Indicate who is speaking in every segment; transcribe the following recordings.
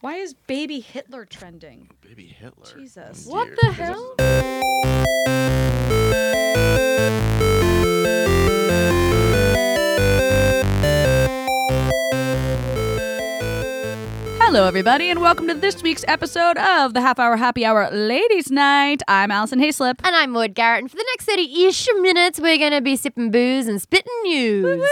Speaker 1: Why is baby Hitler trending?
Speaker 2: Baby Hitler.
Speaker 1: Jesus.
Speaker 2: Oh,
Speaker 3: What
Speaker 2: dear.
Speaker 3: the
Speaker 2: This is-
Speaker 3: hell? Hello, everybody, and welcome to this week's episode of the Half Hour Happy Hour Ladies Night. I'm Allison Hayslip.
Speaker 4: And I'm Maud Garrett, and for the next 30 ish minutes, we're going to be sipping booze and spitting news.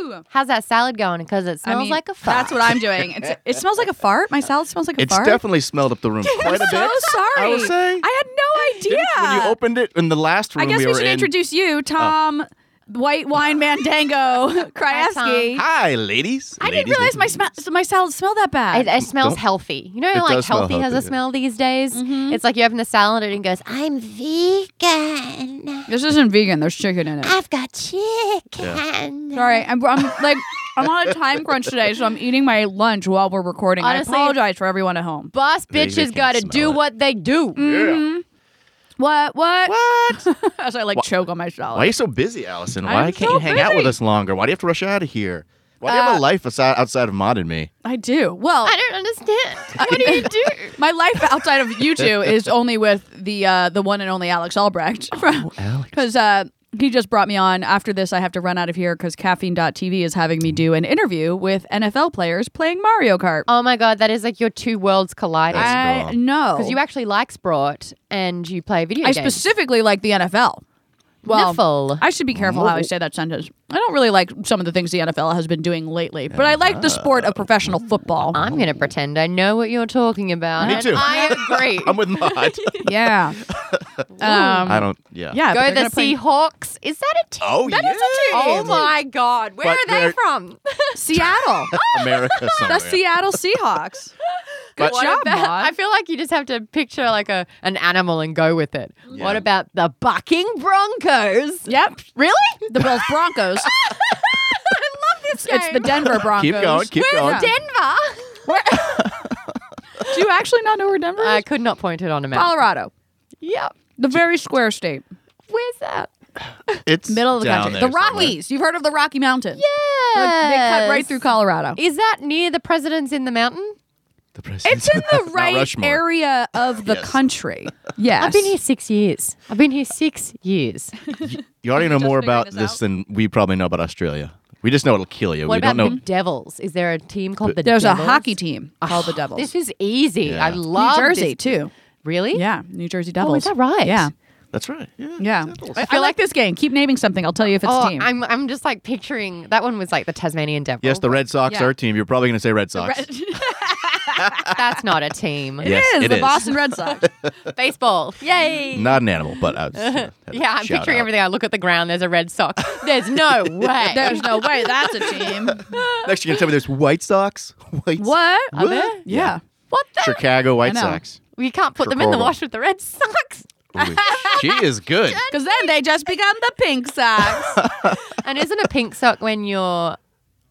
Speaker 3: Woo!
Speaker 4: How's that salad going? Because it
Speaker 3: I
Speaker 4: smells
Speaker 3: mean,
Speaker 4: like a fart.
Speaker 3: That's what I'm doing. It's, it smells like a fart. My salad smells like a
Speaker 2: It's
Speaker 3: fart.
Speaker 2: definitely smelled up the room quite a bit.
Speaker 3: I'm so sorry.
Speaker 2: I will say.
Speaker 3: I had no idea.
Speaker 2: Didn't- When you opened it in the last room
Speaker 3: I guess
Speaker 2: we,
Speaker 3: we,
Speaker 2: were
Speaker 3: should
Speaker 2: in. Oh.
Speaker 3: introduce you, Tom White Wine Mandango Krajewski.
Speaker 2: Hi, ladies.
Speaker 3: I didn't
Speaker 2: Ladies,
Speaker 3: realize my
Speaker 2: ladies.
Speaker 3: smell my salad smelled that
Speaker 4: It,
Speaker 3: bad.
Speaker 4: it smells
Speaker 2: Don't-
Speaker 4: healthy. You know,
Speaker 2: It
Speaker 4: like
Speaker 2: does smell
Speaker 4: healthy has a
Speaker 2: healthy, yeah.
Speaker 4: smell these days.
Speaker 3: Mm-hmm.
Speaker 4: It's like you open the salad and it goes, "I'm vegan.
Speaker 3: this isn't vegan. There's chicken in it.
Speaker 4: I've got chicken."
Speaker 3: Sorry, I'm, I'm like I'm on a time crunch today, so I'm eating my lunch while we're recording.
Speaker 4: Honestly-
Speaker 3: I apologize for everyone at home.
Speaker 4: Boss
Speaker 2: They- they
Speaker 4: bitches
Speaker 2: can't
Speaker 4: got to
Speaker 2: smell
Speaker 4: do
Speaker 2: it.
Speaker 4: what they do.
Speaker 3: Mm. Mm-hmm.
Speaker 2: Yeah.
Speaker 3: What? What?
Speaker 2: What?
Speaker 3: As I like choke on my salad.
Speaker 2: Why are you so busy, Allison? Why
Speaker 3: I'm
Speaker 2: can't
Speaker 3: so
Speaker 2: you hang out with
Speaker 3: busy. Uh,
Speaker 2: us longer? Why do you have to rush out of here? Why do you have a life aside, outside of Mod and me?
Speaker 3: I do. Well,
Speaker 4: I don't understand. What do you do?
Speaker 3: my life outside of you two is only with the uh, the one and only Alex Albrecht.
Speaker 2: Oh, Alex.
Speaker 3: because uh, he just brought me on. After this, I have to run out of here because caffeine.tv is having
Speaker 2: Mm.
Speaker 3: me do an interview with NFL players playing Mario Kart.
Speaker 4: Oh my god, that is like your two worlds colliding.
Speaker 3: I
Speaker 2: Brawl.
Speaker 3: know.
Speaker 4: Because you actually like sport and you play video
Speaker 3: I
Speaker 4: games.
Speaker 3: specifically like the NFL. Well,
Speaker 4: Niffle.
Speaker 3: I should be careful
Speaker 2: Oh.
Speaker 3: how I say that sentence. I don't really like some of the things the NFL has been doing lately, but I like the sport
Speaker 2: Uh-huh.
Speaker 3: of professional football.
Speaker 4: I'm going to pretend I know what you're talking about.
Speaker 2: Me
Speaker 4: and
Speaker 2: too.
Speaker 4: I agree.
Speaker 2: I'm with Mod.
Speaker 3: yeah. um,
Speaker 2: I don't. Yeah.
Speaker 3: yeah. but
Speaker 4: Go
Speaker 3: they're
Speaker 4: the
Speaker 3: gonna play-
Speaker 4: Seahawks. Is that a team?
Speaker 2: Oh,
Speaker 4: That
Speaker 2: yeah.
Speaker 4: is a team. Oh my god. Where
Speaker 2: But
Speaker 4: are
Speaker 2: they're-
Speaker 4: they from?
Speaker 3: Seattle.
Speaker 2: America
Speaker 3: the
Speaker 2: somewhere.
Speaker 3: Seattle Seahawks.
Speaker 2: But-
Speaker 3: Good job, Maud.
Speaker 4: I feel like you just have to picture like a an animal and go with it. What about the bucking Broncos?
Speaker 3: Yep. Really? The Bills Broncos.
Speaker 4: This
Speaker 3: it's the
Speaker 4: game.
Speaker 3: Denver Broncos.
Speaker 2: Keep going. Keep going.
Speaker 3: Yeah.
Speaker 4: Denver.
Speaker 3: Do you actually not know where Denver
Speaker 4: I
Speaker 3: is?
Speaker 4: could not point it on a map.
Speaker 3: Uh, Colorado.
Speaker 4: Yep.
Speaker 3: The very square state.
Speaker 4: Where's that?
Speaker 2: It's
Speaker 3: Middle of the
Speaker 2: down
Speaker 3: country. The
Speaker 2: there somewhere.
Speaker 3: Rockies. You've heard of the Rocky Mountains. They
Speaker 4: Yeah.
Speaker 3: cut right through Colorado.
Speaker 4: Is that near the president's in the mountain?
Speaker 2: The president's-
Speaker 3: It's in the
Speaker 2: Mount
Speaker 3: right
Speaker 2: Rushmore.
Speaker 3: area of the
Speaker 2: Yes.
Speaker 3: country. Yes.
Speaker 4: I've been here six years. I've been here six years.
Speaker 2: You already know
Speaker 3: Just
Speaker 2: more
Speaker 3: figuring
Speaker 2: about
Speaker 3: this
Speaker 2: this
Speaker 3: out.
Speaker 2: than we probably know about Australia. We just know it'll kill you.
Speaker 4: What
Speaker 2: we
Speaker 4: about
Speaker 2: don't know.
Speaker 4: the Devils? Is there a team called the
Speaker 3: There's
Speaker 4: Devils?
Speaker 3: a hockey team called the Devils.
Speaker 4: This is easy.
Speaker 2: Yeah.
Speaker 4: I
Speaker 2: New
Speaker 4: love
Speaker 3: New Jersey,
Speaker 4: this-
Speaker 3: too.
Speaker 4: Really?
Speaker 3: Yeah. New Jersey Devils.
Speaker 4: Oh, is that right?
Speaker 3: Yeah.
Speaker 2: That's right. Yeah.
Speaker 3: Yeah.
Speaker 2: Devils.
Speaker 3: I, I like this game. Keep naming something. I'll tell you if it's
Speaker 4: Oh,
Speaker 3: team.
Speaker 4: I'm I'm just like picturing that one was like the Tasmanian Devil.
Speaker 2: Yes, the Red Sox
Speaker 3: Yeah.
Speaker 2: are a team. You're probably going to say Red Sox.
Speaker 4: That's not a team.
Speaker 2: yes,
Speaker 3: it is
Speaker 2: it
Speaker 3: the
Speaker 2: is.
Speaker 3: Boston Red Sox.
Speaker 4: Baseball. Yay.
Speaker 2: Not an animal, but uh, I was,
Speaker 4: Yeah, I'm picturing everything. I look at the ground. There's a Red Sox. There's no way.
Speaker 3: There's no way that's a team.
Speaker 2: Next, you're going to tell me there's White Sox. White
Speaker 3: What?
Speaker 4: Are there?
Speaker 3: Yeah.
Speaker 4: What the?
Speaker 2: Chicago White
Speaker 3: I know.
Speaker 2: Sox.
Speaker 4: We can't put them in the
Speaker 2: Chicago.
Speaker 4: wash with the Red Sox.
Speaker 2: Ooh, she is good.
Speaker 3: Because then they just become the pink socks.
Speaker 4: And isn't a pink sock when you're?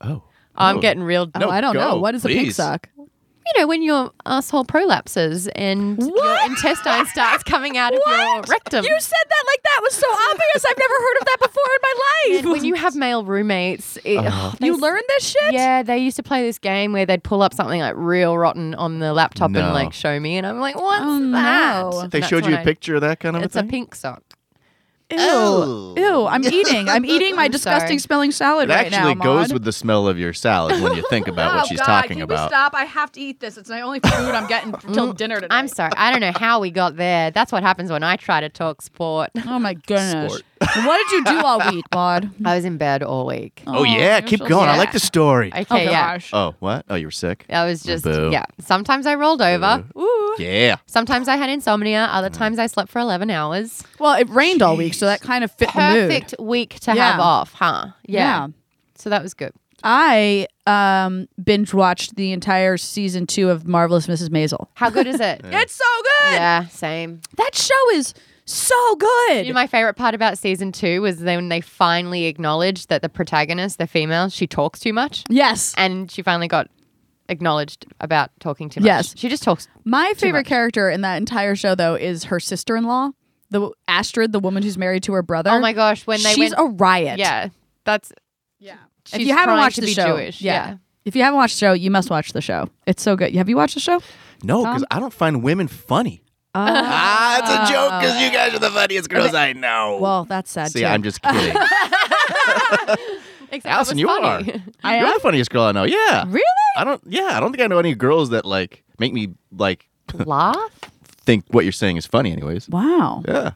Speaker 2: Oh.
Speaker 4: I'm
Speaker 2: Oh.
Speaker 4: getting real.
Speaker 2: No,
Speaker 3: oh, I don't
Speaker 2: go,
Speaker 3: know. What is a pink
Speaker 2: please.
Speaker 3: sock?
Speaker 4: You know when your asshole prolapses and your intestine starts coming out of your rectum.
Speaker 3: You said that like that was so obvious. I've never heard of that before in
Speaker 4: And
Speaker 3: my life.
Speaker 4: when you have male roommates, it,
Speaker 2: Uh-huh.
Speaker 4: oh, they
Speaker 3: you learned this shit?
Speaker 4: Yeah, they used to play this game where they'd pull up something like real rotten on the laptop
Speaker 2: No.
Speaker 4: and like show me, and I'm like, what's
Speaker 3: Oh,
Speaker 4: that?
Speaker 3: no.
Speaker 2: They
Speaker 4: That's
Speaker 2: showed you
Speaker 4: when
Speaker 2: a
Speaker 4: I-
Speaker 2: picture of that kind of
Speaker 4: It's
Speaker 2: a
Speaker 4: a
Speaker 2: thing?
Speaker 4: pink sock.
Speaker 3: Ew.
Speaker 2: Oh.
Speaker 3: Ew. I'm eating. I'm eating my
Speaker 4: I'm
Speaker 3: disgusting
Speaker 4: sorry.
Speaker 3: smelling salad
Speaker 2: It
Speaker 3: right now.
Speaker 2: actually goes
Speaker 3: Maude.
Speaker 2: with the smell of your salad when you think about what
Speaker 3: Oh,
Speaker 2: she's
Speaker 3: God,
Speaker 2: talking
Speaker 3: can
Speaker 2: about.
Speaker 3: We stop. I have to eat this. It's my only food I'm getting till dinner tonight.
Speaker 4: I'm sorry, I don't know how we got there. That's what happens when I try to talk sport.
Speaker 3: Oh my goodness. what did you do all week, Maud?
Speaker 4: I was in bed all week.
Speaker 2: Oh, yeah,
Speaker 3: you're
Speaker 2: keep
Speaker 3: so
Speaker 2: going. I
Speaker 4: sad.
Speaker 2: like the story.
Speaker 4: Okay,
Speaker 3: Oh
Speaker 4: yeah.
Speaker 3: gosh.
Speaker 2: Oh, what? Oh, you were sick.
Speaker 4: I was just
Speaker 2: Boo.
Speaker 4: yeah. Sometimes I rolled over. Ooh.
Speaker 2: Yeah.
Speaker 4: Sometimes I had insomnia. Other times I slept for eleven hours.
Speaker 3: Well, it rained all week, so that kind of fit the mood.
Speaker 4: Perfect week to
Speaker 3: Yeah.
Speaker 4: have off, huh?
Speaker 3: Yeah.
Speaker 4: So that was good.
Speaker 3: I um binge watched the entire season two of Marvelous Mrs. Maisel.
Speaker 4: How good is it?
Speaker 3: It's so good.
Speaker 4: yeah, same.
Speaker 3: That show is so good.
Speaker 4: You know, my favorite part about season two was then when they finally acknowledged that the protagonist, the female, she talks too much,
Speaker 3: yes.
Speaker 4: and she finally got acknowledged about talking too much.
Speaker 3: Yes.
Speaker 4: she just talks.
Speaker 3: My favorite
Speaker 4: much.
Speaker 3: character in that entire show though is her sister-in-law, the Astrid, the woman who's married to her brother.
Speaker 4: Oh my gosh, when they
Speaker 3: She's
Speaker 4: went,
Speaker 3: a riot.
Speaker 4: yeah, that's
Speaker 3: Yeah.
Speaker 4: she's
Speaker 3: if you haven't
Speaker 4: trying
Speaker 3: watched
Speaker 4: to
Speaker 3: the
Speaker 4: be
Speaker 3: show,
Speaker 4: Jewish,
Speaker 3: yeah.
Speaker 4: yeah.
Speaker 3: If you haven't watched the show, you must watch the show. It's so good. Have you watched the show?
Speaker 2: No, because I don't find women funny. ah, it's a joke because you guys are the funniest girls I know.
Speaker 3: Well, that's sad
Speaker 2: see,
Speaker 3: too.
Speaker 2: I'm just kidding.
Speaker 4: Except it
Speaker 2: Allison,
Speaker 4: was
Speaker 2: you
Speaker 4: funny.
Speaker 2: are.
Speaker 3: I
Speaker 2: You're
Speaker 3: am?
Speaker 2: the funniest girl I know. Yeah.
Speaker 3: really?
Speaker 2: I don't. Yeah, I don't think I know any girls that like make me like
Speaker 4: Laugh?
Speaker 2: think what you're saying is funny. Anyways.
Speaker 3: Wow.
Speaker 2: Yeah.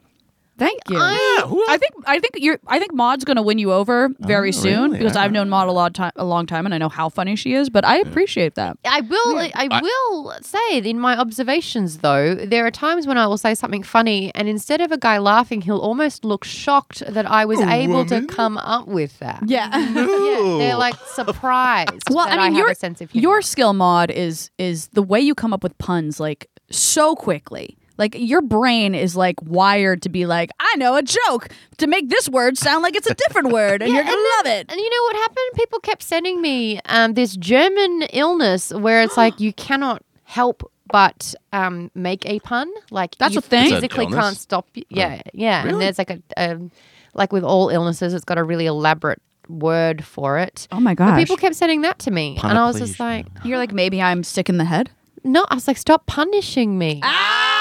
Speaker 3: Thank you.
Speaker 2: Yeah. Who
Speaker 3: I think I think you're I think Maud's gonna win you over very
Speaker 2: Oh,
Speaker 3: soon
Speaker 2: really?
Speaker 3: because
Speaker 2: I-
Speaker 3: I've known Maud a lot time a long time and I know how funny she is, but I appreciate that.
Speaker 4: I will. I
Speaker 2: I-
Speaker 4: will say in my observations, though, there are times when I will say something funny, and instead of a guy laughing, he'll almost look shocked that I was able to
Speaker 2: woman.
Speaker 4: come up with that.
Speaker 3: Yeah.
Speaker 4: Yeah, they're
Speaker 2: Ooh.
Speaker 4: like surprised.
Speaker 3: well,
Speaker 4: that
Speaker 3: I mean
Speaker 4: have
Speaker 3: your
Speaker 4: a sense of humor.
Speaker 3: your skill Maud is is the way you come up with puns like so quickly. Like your brain is like wired to be like, I know a joke to make this word sound like it's a different word and you're gonna love it.
Speaker 4: And you know what happened? People kept sending me um, this German illness where it's like you cannot help but um, make a pun. Like
Speaker 3: That's
Speaker 4: you
Speaker 3: a thing? It's
Speaker 2: an
Speaker 4: Physically
Speaker 2: illness? Oh.
Speaker 4: can't stop. You. Yeah, yeah. And
Speaker 2: Really?
Speaker 4: there's like a um, like with all illnesses, it's got a really elaborate word for it.
Speaker 3: Oh my
Speaker 4: But
Speaker 3: gosh.
Speaker 4: people kept sending that to me, and I was just
Speaker 2: Panoplesia.
Speaker 4: like,
Speaker 3: You're like maybe I'm sick in the head.
Speaker 4: no. I was like, stop punishing me.
Speaker 3: Ah,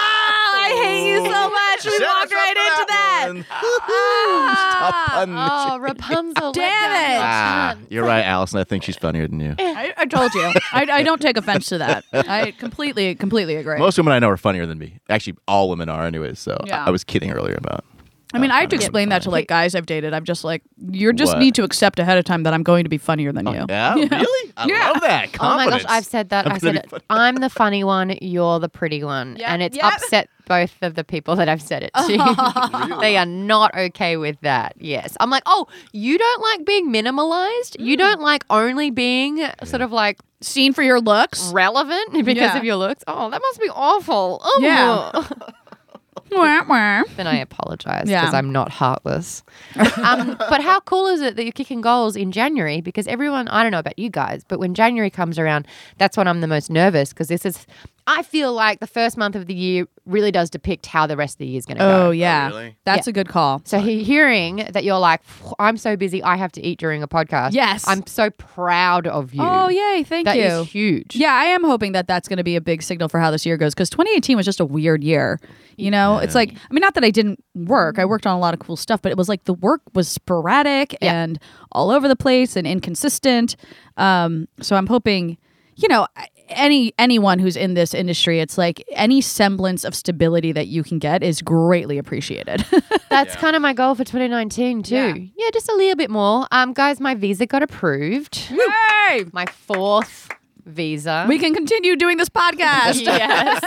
Speaker 3: I hate you so much. We
Speaker 2: Shut
Speaker 3: walked
Speaker 2: us up
Speaker 3: right
Speaker 2: for
Speaker 3: into that.
Speaker 2: one.
Speaker 3: Ah.
Speaker 2: Stop punishing.
Speaker 4: Oh, Rapunzel!
Speaker 3: Damn it.
Speaker 2: Ah, you're right, Allison. I think she's funnier than you.
Speaker 3: I, I told you. I, I don't take offense to that. I completely, completely agree.
Speaker 2: Most women I know are funnier than me. Actually, all women are, anyways. So I-
Speaker 3: Yeah.
Speaker 2: I, was kidding earlier about.
Speaker 3: I mean,
Speaker 2: not
Speaker 3: I have to
Speaker 2: funny.
Speaker 3: explain that to like guys I've dated. I'm just like, you just
Speaker 2: What? Oh,
Speaker 3: need to accept ahead of time that I'm going to be funnier than you.
Speaker 2: Yeah, really? I
Speaker 3: Yeah.
Speaker 2: love that.
Speaker 4: Oh my gosh,
Speaker 2: Confidence.
Speaker 4: I've said that.
Speaker 2: I'm
Speaker 4: i
Speaker 2: gonna
Speaker 4: said
Speaker 2: be
Speaker 4: it.
Speaker 2: funny.
Speaker 4: I'm the funny one, you're the pretty one.
Speaker 3: Yeah,
Speaker 4: And it's
Speaker 3: yeah.
Speaker 4: upset both of the people that I've said it to. They are not okay with that. Yes. I'm like, oh, you don't like being minimalized?
Speaker 3: Mm.
Speaker 4: You don't like only being sort of like
Speaker 3: Seen for your looks.
Speaker 4: relevant because
Speaker 3: Yeah.
Speaker 4: of your looks? Oh, that must be awful. Oh,
Speaker 3: Yeah. Wah, wah.
Speaker 4: then I apologize
Speaker 3: Yeah.
Speaker 4: because I'm not heartless. um, but how cool is it that you're kicking goals in January? Because everyone, I don't know about you guys, but when January comes around, that's when I'm the most nervous because this is, I feel like the first month of the year really does depict how the rest of the year is going to go.
Speaker 3: Oh yeah,
Speaker 2: really?
Speaker 3: that's a good call.
Speaker 4: So he, hearing that you're like, "Phew, I'm so busy, I have to eat during a podcast.
Speaker 3: Yes.
Speaker 4: I'm so proud of you.
Speaker 3: Oh yay, thank
Speaker 4: That
Speaker 3: you.
Speaker 4: is huge.
Speaker 3: Yeah, I am hoping that that's going to be a big signal for how this year goes because 2018 was just a weird year. You know, it's like, I mean, not that I didn't work, I worked on a lot of cool stuff, but it was like the work was sporadic and all over the place and inconsistent. Um, so I'm hoping, you know, any anyone who's in this industry, it's like any semblance of stability that you can get is greatly appreciated.
Speaker 4: That's kind of my goal for 2019 too.
Speaker 3: Yeah.
Speaker 4: Yeah. just a little bit more. Um, guys, my visa got approved.
Speaker 3: Yay!
Speaker 4: my fourth visa.
Speaker 3: We can continue doing this podcast.
Speaker 4: yes.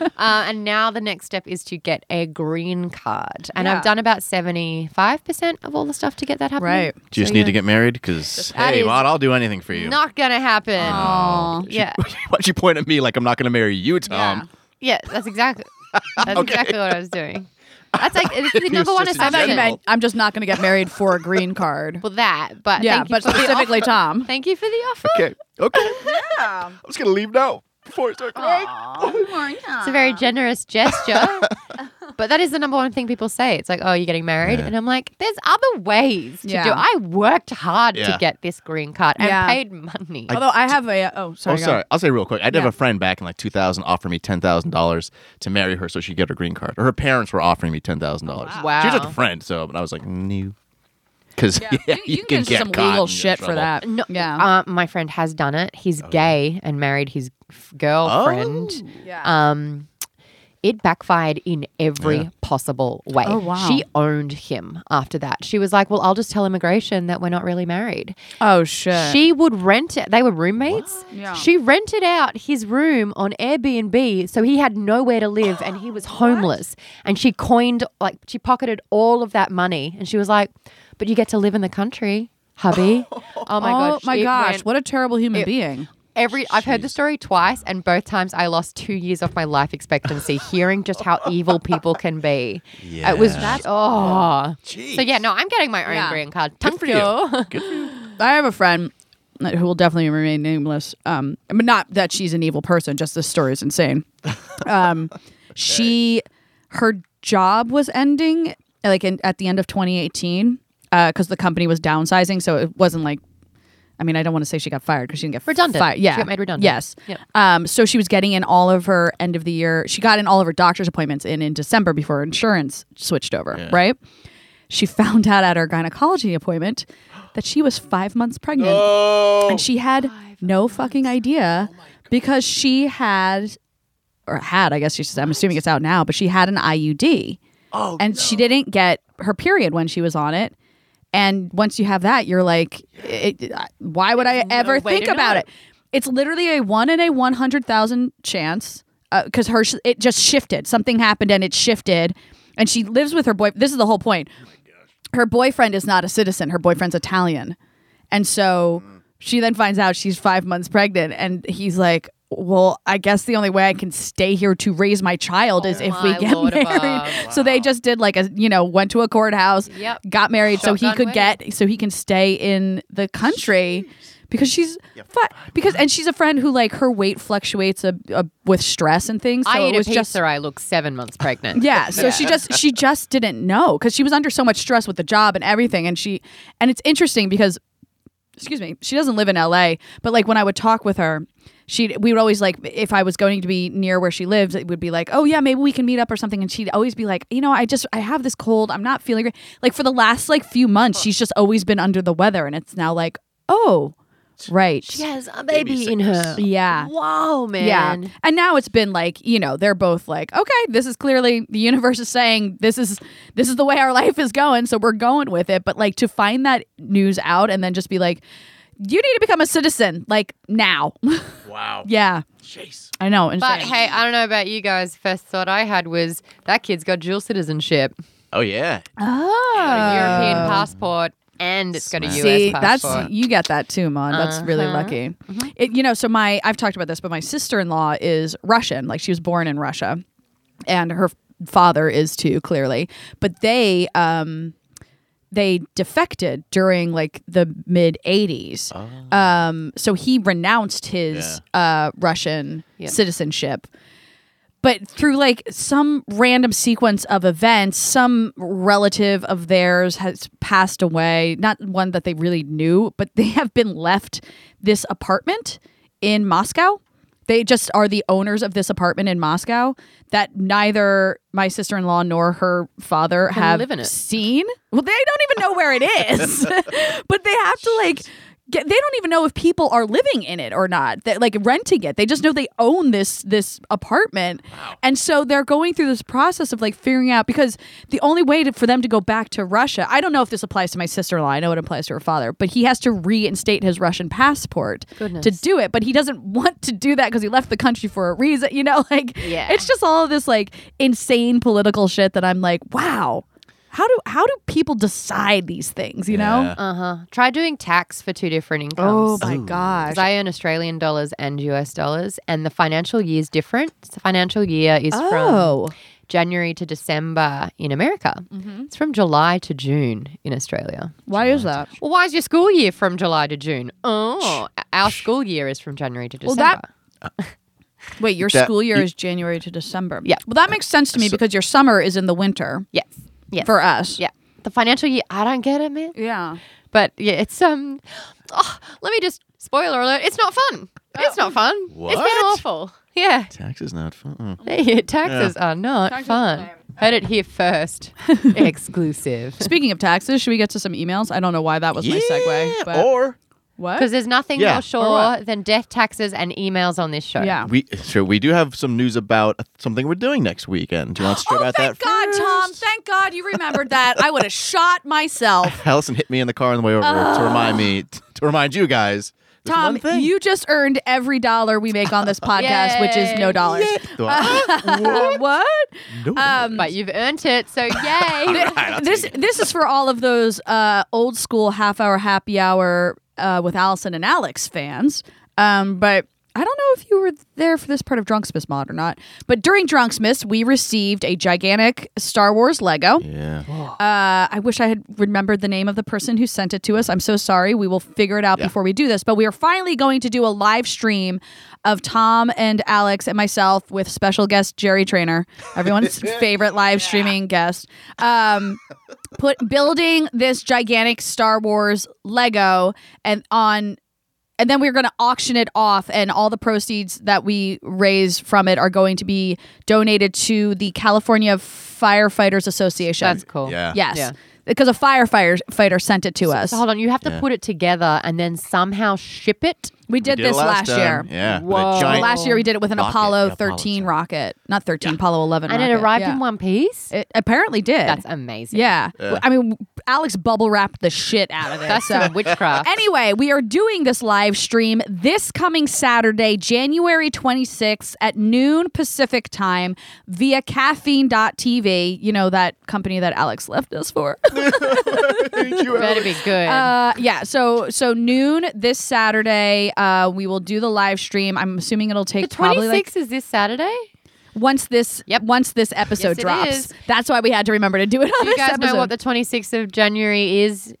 Speaker 4: uh, and now the next step is to get a green card. And
Speaker 3: Yeah.
Speaker 4: I've done about 75% of all the stuff to get that happening.
Speaker 3: Right.
Speaker 2: Do you just need to get married? Because,
Speaker 4: That
Speaker 2: hey,
Speaker 4: is
Speaker 2: Maud, I'll do anything for you.
Speaker 4: Not going to happen.
Speaker 3: Aw.
Speaker 4: Yeah.
Speaker 2: Why'd you point at me like I'm not going to marry you, Tom?
Speaker 3: Yeah.
Speaker 4: Yeah, that's exactly That's exactly what I was doing. That's like it's the
Speaker 2: was
Speaker 4: number one
Speaker 2: just in
Speaker 4: assumption.
Speaker 3: I
Speaker 2: general.
Speaker 3: meant, I'm just not going to get married for a green card.
Speaker 4: Well, that, but
Speaker 3: yeah,
Speaker 4: thank you
Speaker 3: but
Speaker 4: for the
Speaker 3: specifically
Speaker 4: offer.
Speaker 3: Tom.
Speaker 4: Thank you for the offer.
Speaker 2: Okay. Okay. yeah. I'm just going to leave now before it's
Speaker 3: Oh,
Speaker 2: crying.
Speaker 4: It's a very
Speaker 3: Um.
Speaker 4: generous gesture. but that is the number one thing people say. It's like, oh, you're getting married. And I'm like, there's other ways to
Speaker 3: Yeah.
Speaker 4: do I worked hard to
Speaker 2: Yeah.
Speaker 4: get this green card and
Speaker 3: Yeah.
Speaker 4: paid money.
Speaker 3: Although I have a oh sorry,
Speaker 2: Oh,
Speaker 3: go
Speaker 2: sorry. I'll say real quick. I did
Speaker 3: Yeah.
Speaker 2: have a friend back in like 2000 offer me $10,000 to marry her so she'd get her green card. Or her parents were offering me $10,000.
Speaker 4: Wow.
Speaker 2: She was just a friend, so but I was like, no. Because
Speaker 3: ahead.
Speaker 2: yeah,
Speaker 3: you, you can get, some
Speaker 2: caught
Speaker 3: legal
Speaker 2: and get in
Speaker 3: shit for
Speaker 2: trouble.
Speaker 3: that.
Speaker 4: No,
Speaker 3: yeah,
Speaker 4: uh, my friend has done it. He's gay and married his f- girlfriend.
Speaker 3: yeah.
Speaker 4: Um, it backfired in every possible way.
Speaker 3: Oh, wow.
Speaker 4: She owned him after that. She was like, well, I'll just tell immigration that we're not really married.
Speaker 3: oh shit.
Speaker 4: She would rent it. They were roommates.
Speaker 3: Yeah.
Speaker 4: She rented out his room on Airbnb, so he had nowhere to live and he was homeless. And she coined, like, she pocketed all of that money. And she was like, but you get to live in the country, hubby. oh my
Speaker 3: oh
Speaker 4: gosh.
Speaker 3: my
Speaker 4: it
Speaker 3: gosh,
Speaker 4: went-
Speaker 3: what a terrible human being.
Speaker 4: Every I've heard the story twice, and both times I lost two years off my life expectancy hearing just how evil people can be. It was
Speaker 2: Yeah.
Speaker 4: oh. So yeah,
Speaker 2: Jeez.
Speaker 4: no, I'm getting my own
Speaker 3: Yeah.
Speaker 4: green card.
Speaker 2: Good
Speaker 4: Thank
Speaker 2: for
Speaker 4: you.
Speaker 2: you. Good for you.
Speaker 3: I have a friend who will definitely remain nameless. Um, I mean, not that she's an evil person. Just this story is insane. Um, she, her job was ending uh, like in, at the end of 2018 because the company was downsizing, so it wasn't like I mean, I don't want to say she got fired because she didn't get
Speaker 4: Redundant.
Speaker 3: Fired.
Speaker 4: She
Speaker 3: Yeah,
Speaker 4: got made redundant.
Speaker 3: Yes.
Speaker 4: Yep.
Speaker 3: Um. So she was getting in all of her end of the year. She got in all of her doctor's appointments in in December before insurance switched over. Right. She found out at her gynecology appointment that she was five months pregnant,
Speaker 4: Oh.
Speaker 3: and she had no fucking idea because she had or had, I guess she said, I'm assuming it's out now, but she had an IUD.
Speaker 2: Oh,
Speaker 3: and she didn't get her period when she was on it. And once you have that, you're like, it, it- why would I ever
Speaker 4: way
Speaker 3: think
Speaker 4: to
Speaker 3: about
Speaker 4: know.
Speaker 3: it? It's literally a one in a 100,000 chance because her sh- it just shifted. Something happened and it shifted. And she lives with her boy. This is the whole point. Her boyfriend is not a citizen, her boyfriend's Italian. And so she then finds out she's five months pregnant, and he's like, "Well, I guess the only way I can stay here to raise my child is if we
Speaker 4: Oh my
Speaker 3: get
Speaker 4: Lord
Speaker 3: married."
Speaker 4: above.
Speaker 3: So they just did like a you know went to a courthouse,
Speaker 4: Yep.
Speaker 3: got married, so he
Speaker 4: Shotgun
Speaker 3: could
Speaker 4: wedding.
Speaker 3: get so he can stay in the country. Because she's fi- because and she's a friend who like her weight fluctuates a, a, with stress and things. So
Speaker 4: I
Speaker 3: it
Speaker 4: eat a
Speaker 3: was
Speaker 4: pizza.
Speaker 3: just
Speaker 4: I look seven months pregnant.
Speaker 3: yeah. So she just she just didn't know because she was under so much stress with the job and everything. And she and it's interesting because excuse me, she doesn't live in LA, but like when I would talk with her, she we would always like if I was going to be near where she lives, it would be like, oh yeah, maybe we can meet up or something. And she'd always be like, you know, I just I have this cold, I'm not feeling great. Like for the last like few months, she's just always been under the weather, and it's now like, oh, right,
Speaker 4: has a uh, baby in her.
Speaker 3: yeah.
Speaker 4: Wow, man.
Speaker 3: Yeah. And now it's been like, you know, they're both like, okay, this is clearly the universe is saying this is this is the way our life is going, so we're going with it. But like to find that news out and then just be like, you need to become a citizen, like now.
Speaker 2: wow.
Speaker 3: yeah.
Speaker 2: Jeez.
Speaker 3: I know.
Speaker 4: But
Speaker 3: insane.
Speaker 4: hey, I don't know about you guys. First thought I had was that kid's got dual citizenship,
Speaker 2: Oh yeah.
Speaker 3: oh.
Speaker 4: European passport, and it's got a US
Speaker 3: See,
Speaker 4: passport.
Speaker 3: that's you get that too, Mon. That's really lucky. It, you know, so my I've talked about this, but my sister in law is Russian. Like she was born in Russia, and her f- father is too clearly. But they um they defected during like the mid '80s. Um, so he renounced his uh Russian
Speaker 4: Yeah.
Speaker 3: citizenship but through like some random sequence of events, some relative of theirs has passed away, not one that they really knew, but they have been left this apartment in Moscow. They just are the owners of this apartment in Moscow that neither my sister in law nor her father have
Speaker 4: live in it.
Speaker 3: seen. Well, they don't even know where it is, but they have to like. Get, they don't even know if people are living in it or not. That like renting it, they just know they own this this apartment, and so they're going through this process of like figuring out because the only way to, for them to go back to Russia. I don't know if this applies to my sister in law. I know it applies to her father, but he has to reinstate his Russian passport to
Speaker 4: Goodness.
Speaker 3: do it. But he doesn't want to do that because he left the country for a reason. You know, like
Speaker 4: Yeah.
Speaker 3: it's just all of this like insane political shit that I'm like, wow. How do how do people decide these things? You know?
Speaker 4: Uh huh. Try doing tax for two different
Speaker 3: Oh
Speaker 4: incomes.
Speaker 3: my gosh.
Speaker 4: Because I earn Australian dollars and US dollars, and the financial year is different. The financial year is from
Speaker 3: Oh.
Speaker 4: January to December in America. It's from July to June in Australia.
Speaker 3: Why is that?
Speaker 4: Well, why is your school year from July to June? Oh, our school year is from January to
Speaker 3: Well,
Speaker 4: December.
Speaker 3: that- Wait, your
Speaker 2: That-
Speaker 3: school year
Speaker 2: you-
Speaker 3: is January to December.
Speaker 4: Yeah.
Speaker 3: Well, that makes sense to me because your summer is in the winter
Speaker 4: yes, yes,
Speaker 3: for us.
Speaker 4: yeah. The financial year, I don't get it, man.
Speaker 3: Yeah.
Speaker 4: But yeah, it's um. Oh, let me just spoiler alert. It's not fun. It's not fun. It's
Speaker 2: What?
Speaker 4: been awful. Yeah.
Speaker 2: Tax is not fun. Mm.
Speaker 4: Hey, taxes are not fun. Heard it here first. Exclusive.
Speaker 3: Speaking of taxes, should we get to some emails? I don't know why that was my segue. But
Speaker 2: Or
Speaker 3: what?
Speaker 4: Because there's nothing
Speaker 2: Yeah.
Speaker 4: more sure than death, taxes, and emails on this show.
Speaker 3: yeah.
Speaker 2: we sure we do have some news about something we're doing next weekend. Do you want to strip
Speaker 3: Oh,
Speaker 2: out
Speaker 3: thank
Speaker 2: that?
Speaker 3: God,
Speaker 2: first?
Speaker 3: Tom. Thank God you remembered that. I would have shot myself.
Speaker 2: Allison hit me in the car on the way over to remind me to remind you guys. this
Speaker 3: Oh. Tom,
Speaker 2: one thing.
Speaker 3: you just earned every dollar we make on this podcast, which is no
Speaker 4: Yay.
Speaker 3: dollars.
Speaker 2: Do I-
Speaker 3: Uh, what?
Speaker 2: No.
Speaker 3: Um,
Speaker 4: But you've earned it, so yay.
Speaker 2: I'll
Speaker 3: this this is for all of those uh, old school half hour happy hour uh, with Allison and Alex fans. Um, but I don't know if you were there for this part of Drunksmith mod or not. But during Drunksmith, we received a gigantic Star Wars Lego.
Speaker 2: yeah.
Speaker 3: Uh, I wish I had remembered the name of the person who sent it to us. I'm so sorry. We will figure it out before we do this. But we are finally going to do a live stream of Tom and Alex and myself with special guest Jerry Trainer, everyone's favorite live streaming guest. Um, put building this gigantic Star Wars Lego and on and then we're going to auction it off, and all the proceeds that we raise from it are going to be donated to the California Firefighters Association.
Speaker 4: That's cool.
Speaker 2: Yeah.
Speaker 3: Yes.
Speaker 4: Yeah.
Speaker 3: Because a firefighter fighter sent it to us.
Speaker 4: So hold on, you have to put it together and then somehow ship it.
Speaker 3: we did,
Speaker 2: Did it
Speaker 3: this last,
Speaker 2: time.
Speaker 3: year.
Speaker 2: Yeah. with a
Speaker 4: Whoa.
Speaker 3: Well,
Speaker 2: giant-
Speaker 3: last year we did it with an
Speaker 2: rocket,
Speaker 3: Apollo
Speaker 2: the Apollo
Speaker 3: 13
Speaker 2: ten.
Speaker 3: rocket, not 13, Apollo 11
Speaker 4: And
Speaker 3: rocket.
Speaker 4: it arrived
Speaker 3: yeah.
Speaker 4: in one piece.
Speaker 3: It apparently did.
Speaker 4: That's amazing.
Speaker 3: yeah. I mean, Alex bubble wrapped the shit out of it.
Speaker 4: That's
Speaker 3: so.
Speaker 4: some witchcraft.
Speaker 3: Anyway, we are doing this live stream this coming Saturday, January 26th at noon Pacific time via caffeine.tv, you know, that company that Alex left us for.
Speaker 2: Thank you,
Speaker 4: Better be good.
Speaker 3: Uh, yeah. So so noon this Saturday, uh, we will do the live stream. I'm assuming it'll take
Speaker 4: the
Speaker 3: probably
Speaker 4: 26th
Speaker 3: like
Speaker 4: is this Saturday.
Speaker 3: once this
Speaker 4: Yep.
Speaker 3: once this episode
Speaker 4: Yes, it
Speaker 3: drops.
Speaker 4: is.
Speaker 3: That's why we had to remember to do it on
Speaker 4: Do you
Speaker 3: this
Speaker 4: guys
Speaker 3: episode.
Speaker 4: know what the 26th of January is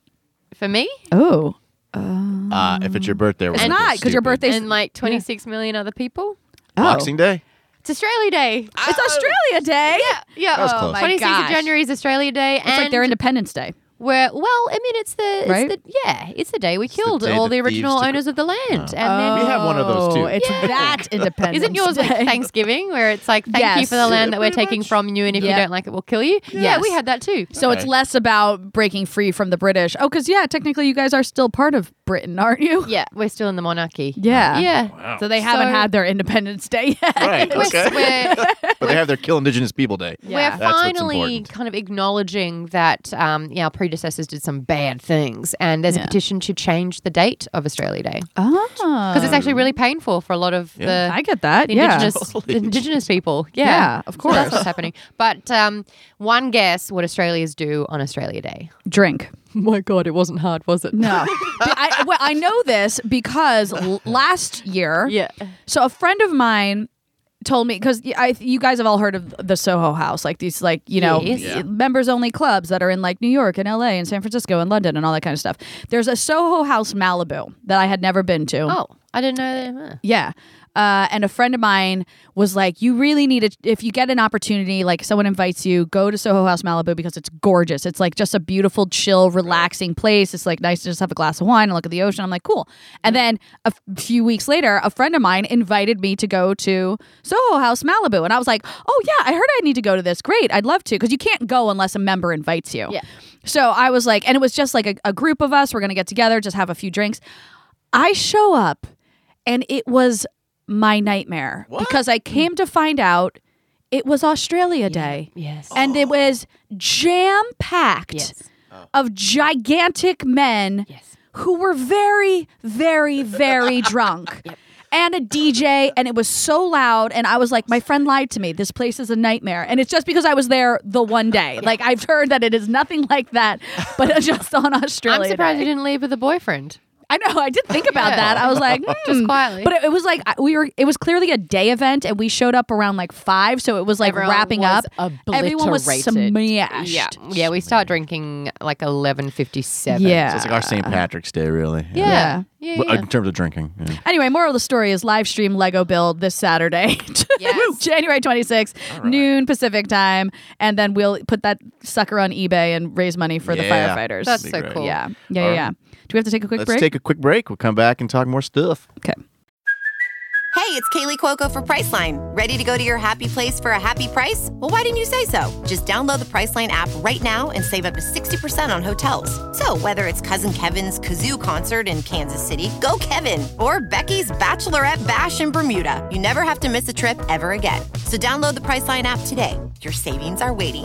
Speaker 4: for me?
Speaker 3: oh,
Speaker 2: Uh, if it's your birthday,
Speaker 3: it's not because your birthday's
Speaker 4: and like 26 million other people?
Speaker 3: oh.
Speaker 2: Boxing Day.
Speaker 4: It's Australia Day.
Speaker 3: It's Australia Day. Yeah,
Speaker 4: Oh. Yeah.
Speaker 2: That was
Speaker 4: oh
Speaker 2: close.
Speaker 4: my
Speaker 3: 26th
Speaker 4: 26th
Speaker 3: of
Speaker 4: of January
Speaker 3: January
Speaker 4: is Australia Day.
Speaker 3: it's
Speaker 4: and
Speaker 3: like their Independence Day.
Speaker 4: Where well, I mean, it's the, it's
Speaker 3: Right?
Speaker 4: the yeah, it's the day we
Speaker 2: the
Speaker 4: killed
Speaker 2: day
Speaker 4: all the
Speaker 2: the thieves
Speaker 4: original
Speaker 2: took- Oh.
Speaker 4: owners of the land,
Speaker 2: We
Speaker 4: and then
Speaker 2: have one of those, too.
Speaker 3: Oh, It's that Independence.
Speaker 4: isn't yours like
Speaker 3: Day.
Speaker 4: Thanksgiving, where it's like thank you
Speaker 3: Yes.
Speaker 4: for the land
Speaker 2: Yeah,
Speaker 4: that we're
Speaker 2: pretty
Speaker 4: taking
Speaker 2: much.
Speaker 4: from you, and if
Speaker 3: Yeah.
Speaker 4: you don't like it, we'll kill you. Yeah,
Speaker 3: Yes.
Speaker 4: we had that too.
Speaker 3: So it's
Speaker 2: Okay.
Speaker 3: less about breaking free from the British. Oh, because yeah, technically you guys are still part of Britain, aren't you?
Speaker 4: Yeah, we're still in the monarchy.
Speaker 3: Yeah.
Speaker 4: yeah.
Speaker 3: So they haven't
Speaker 4: So-
Speaker 3: had their Independence Day yet.
Speaker 2: Right.
Speaker 4: We're,
Speaker 2: Okay.
Speaker 4: we're,
Speaker 2: but they have their Kill Indigenous People Day.
Speaker 3: Yeah.
Speaker 4: we're
Speaker 2: That's what's
Speaker 4: finally
Speaker 2: important.
Speaker 4: kind of acknowledging that um, yeah, our predecessors did some bad things, and there's a petition to change the date of Australia Day
Speaker 3: Oh,
Speaker 4: because it's actually really painful for a lot of the
Speaker 3: I get that.
Speaker 4: the
Speaker 3: yeah.
Speaker 4: indigenous the indigenous people. Yeah,
Speaker 3: Yeah, of
Speaker 4: So that's
Speaker 3: course.
Speaker 4: what's happening. But um, one guess what Australians do on Australia Day.
Speaker 3: drink.
Speaker 4: My God, it wasn't hard, was it?
Speaker 3: No, I, well, I know this because l- last year,
Speaker 4: Yeah.
Speaker 3: So a friend of mine told me because I you guys have all heard of the Soho House, like these like you know
Speaker 4: Yes. Yeah.
Speaker 3: members only clubs that are in like New York and L.A. and San Francisco and London and all that kind of stuff. There's a Soho House Malibu that I had never been to.
Speaker 4: Oh, I didn't know that.
Speaker 3: Yeah. Uh, and a friend of mine was like, "You really need to if you get an opportunity, like someone invites you, go to Soho House Malibu because it's gorgeous. It's like just a beautiful, chill, relaxing place. It's like nice to just have a glass of wine and look at the ocean." I'm like, "Cool." And then a f- few weeks later, a friend of mine invited me to go to Soho House Malibu, and I was like, "Oh yeah, I heard I need to go to this. Great, I'd love to." Because you can't go unless a member invites you.
Speaker 4: Yeah.
Speaker 3: So I was like, and it was just like a, a group of us. We're gonna get together, just have a few drinks. I show up and it was my nightmare because I came to find out it was Australia Day.
Speaker 4: Yes.
Speaker 3: And it was jam packed
Speaker 4: Oh. Yes.
Speaker 3: of gigantic men
Speaker 4: Yes.
Speaker 3: who were very, very, very drunk. And a DJ, and it was so loud. And I was like, my friend lied to me. This place is a nightmare. And it's just because I was there the one day. Like, I've heard that it is nothing like that, but just on Australia.
Speaker 4: I'm surprised
Speaker 3: Day.
Speaker 4: you didn't leave with a boyfriend.
Speaker 3: I know. I did think about
Speaker 4: Yeah.
Speaker 3: that. I was like,
Speaker 4: Just
Speaker 3: hmm.
Speaker 4: quietly.
Speaker 3: But it, it was like I- we were. It was clearly a day event, and we showed up around like five, so it was like
Speaker 4: Everyone
Speaker 3: wrapping
Speaker 4: was
Speaker 3: up. Everyone was
Speaker 4: obliterated.
Speaker 3: smashed.
Speaker 4: Yeah. Yeah, we start drinking like 11:57.
Speaker 3: Yeah.
Speaker 2: So it's like our
Speaker 3: Uh.
Speaker 2: St. Patrick's Day, really.
Speaker 4: Yeah. Yeah.
Speaker 2: Well,
Speaker 4: yeah.
Speaker 2: In terms of drinking. yeah.
Speaker 3: Anyway, moral of the story is live stream Lego build this Saturday,
Speaker 4: Yes.
Speaker 3: January 26th, noon Pacific time, and then we'll put that sucker on eBay and raise money for
Speaker 2: Yeah.
Speaker 3: the firefighters.
Speaker 4: That's
Speaker 2: Be
Speaker 4: so
Speaker 2: great.
Speaker 4: cool.
Speaker 3: yeah, yeah, yeah,
Speaker 2: All
Speaker 3: yeah. Do we have to take a quick
Speaker 2: Let's
Speaker 3: break?
Speaker 2: take a quick break. We'll come back and talk more stuff.
Speaker 3: okay.
Speaker 5: Hey, it's Kaylee Cuoco for Priceline. Ready to go to your happy place for a happy price? Well, why didn't you say so? Just download the Priceline app right now and save up to 60% on hotels. So, whether it's Cousin Kevin's Kazoo concert in Kansas City, go Kevin, or Becky's Bachelorette Bash in Bermuda, you never have to miss a trip ever again. So, download the Priceline app today. Your savings are waiting.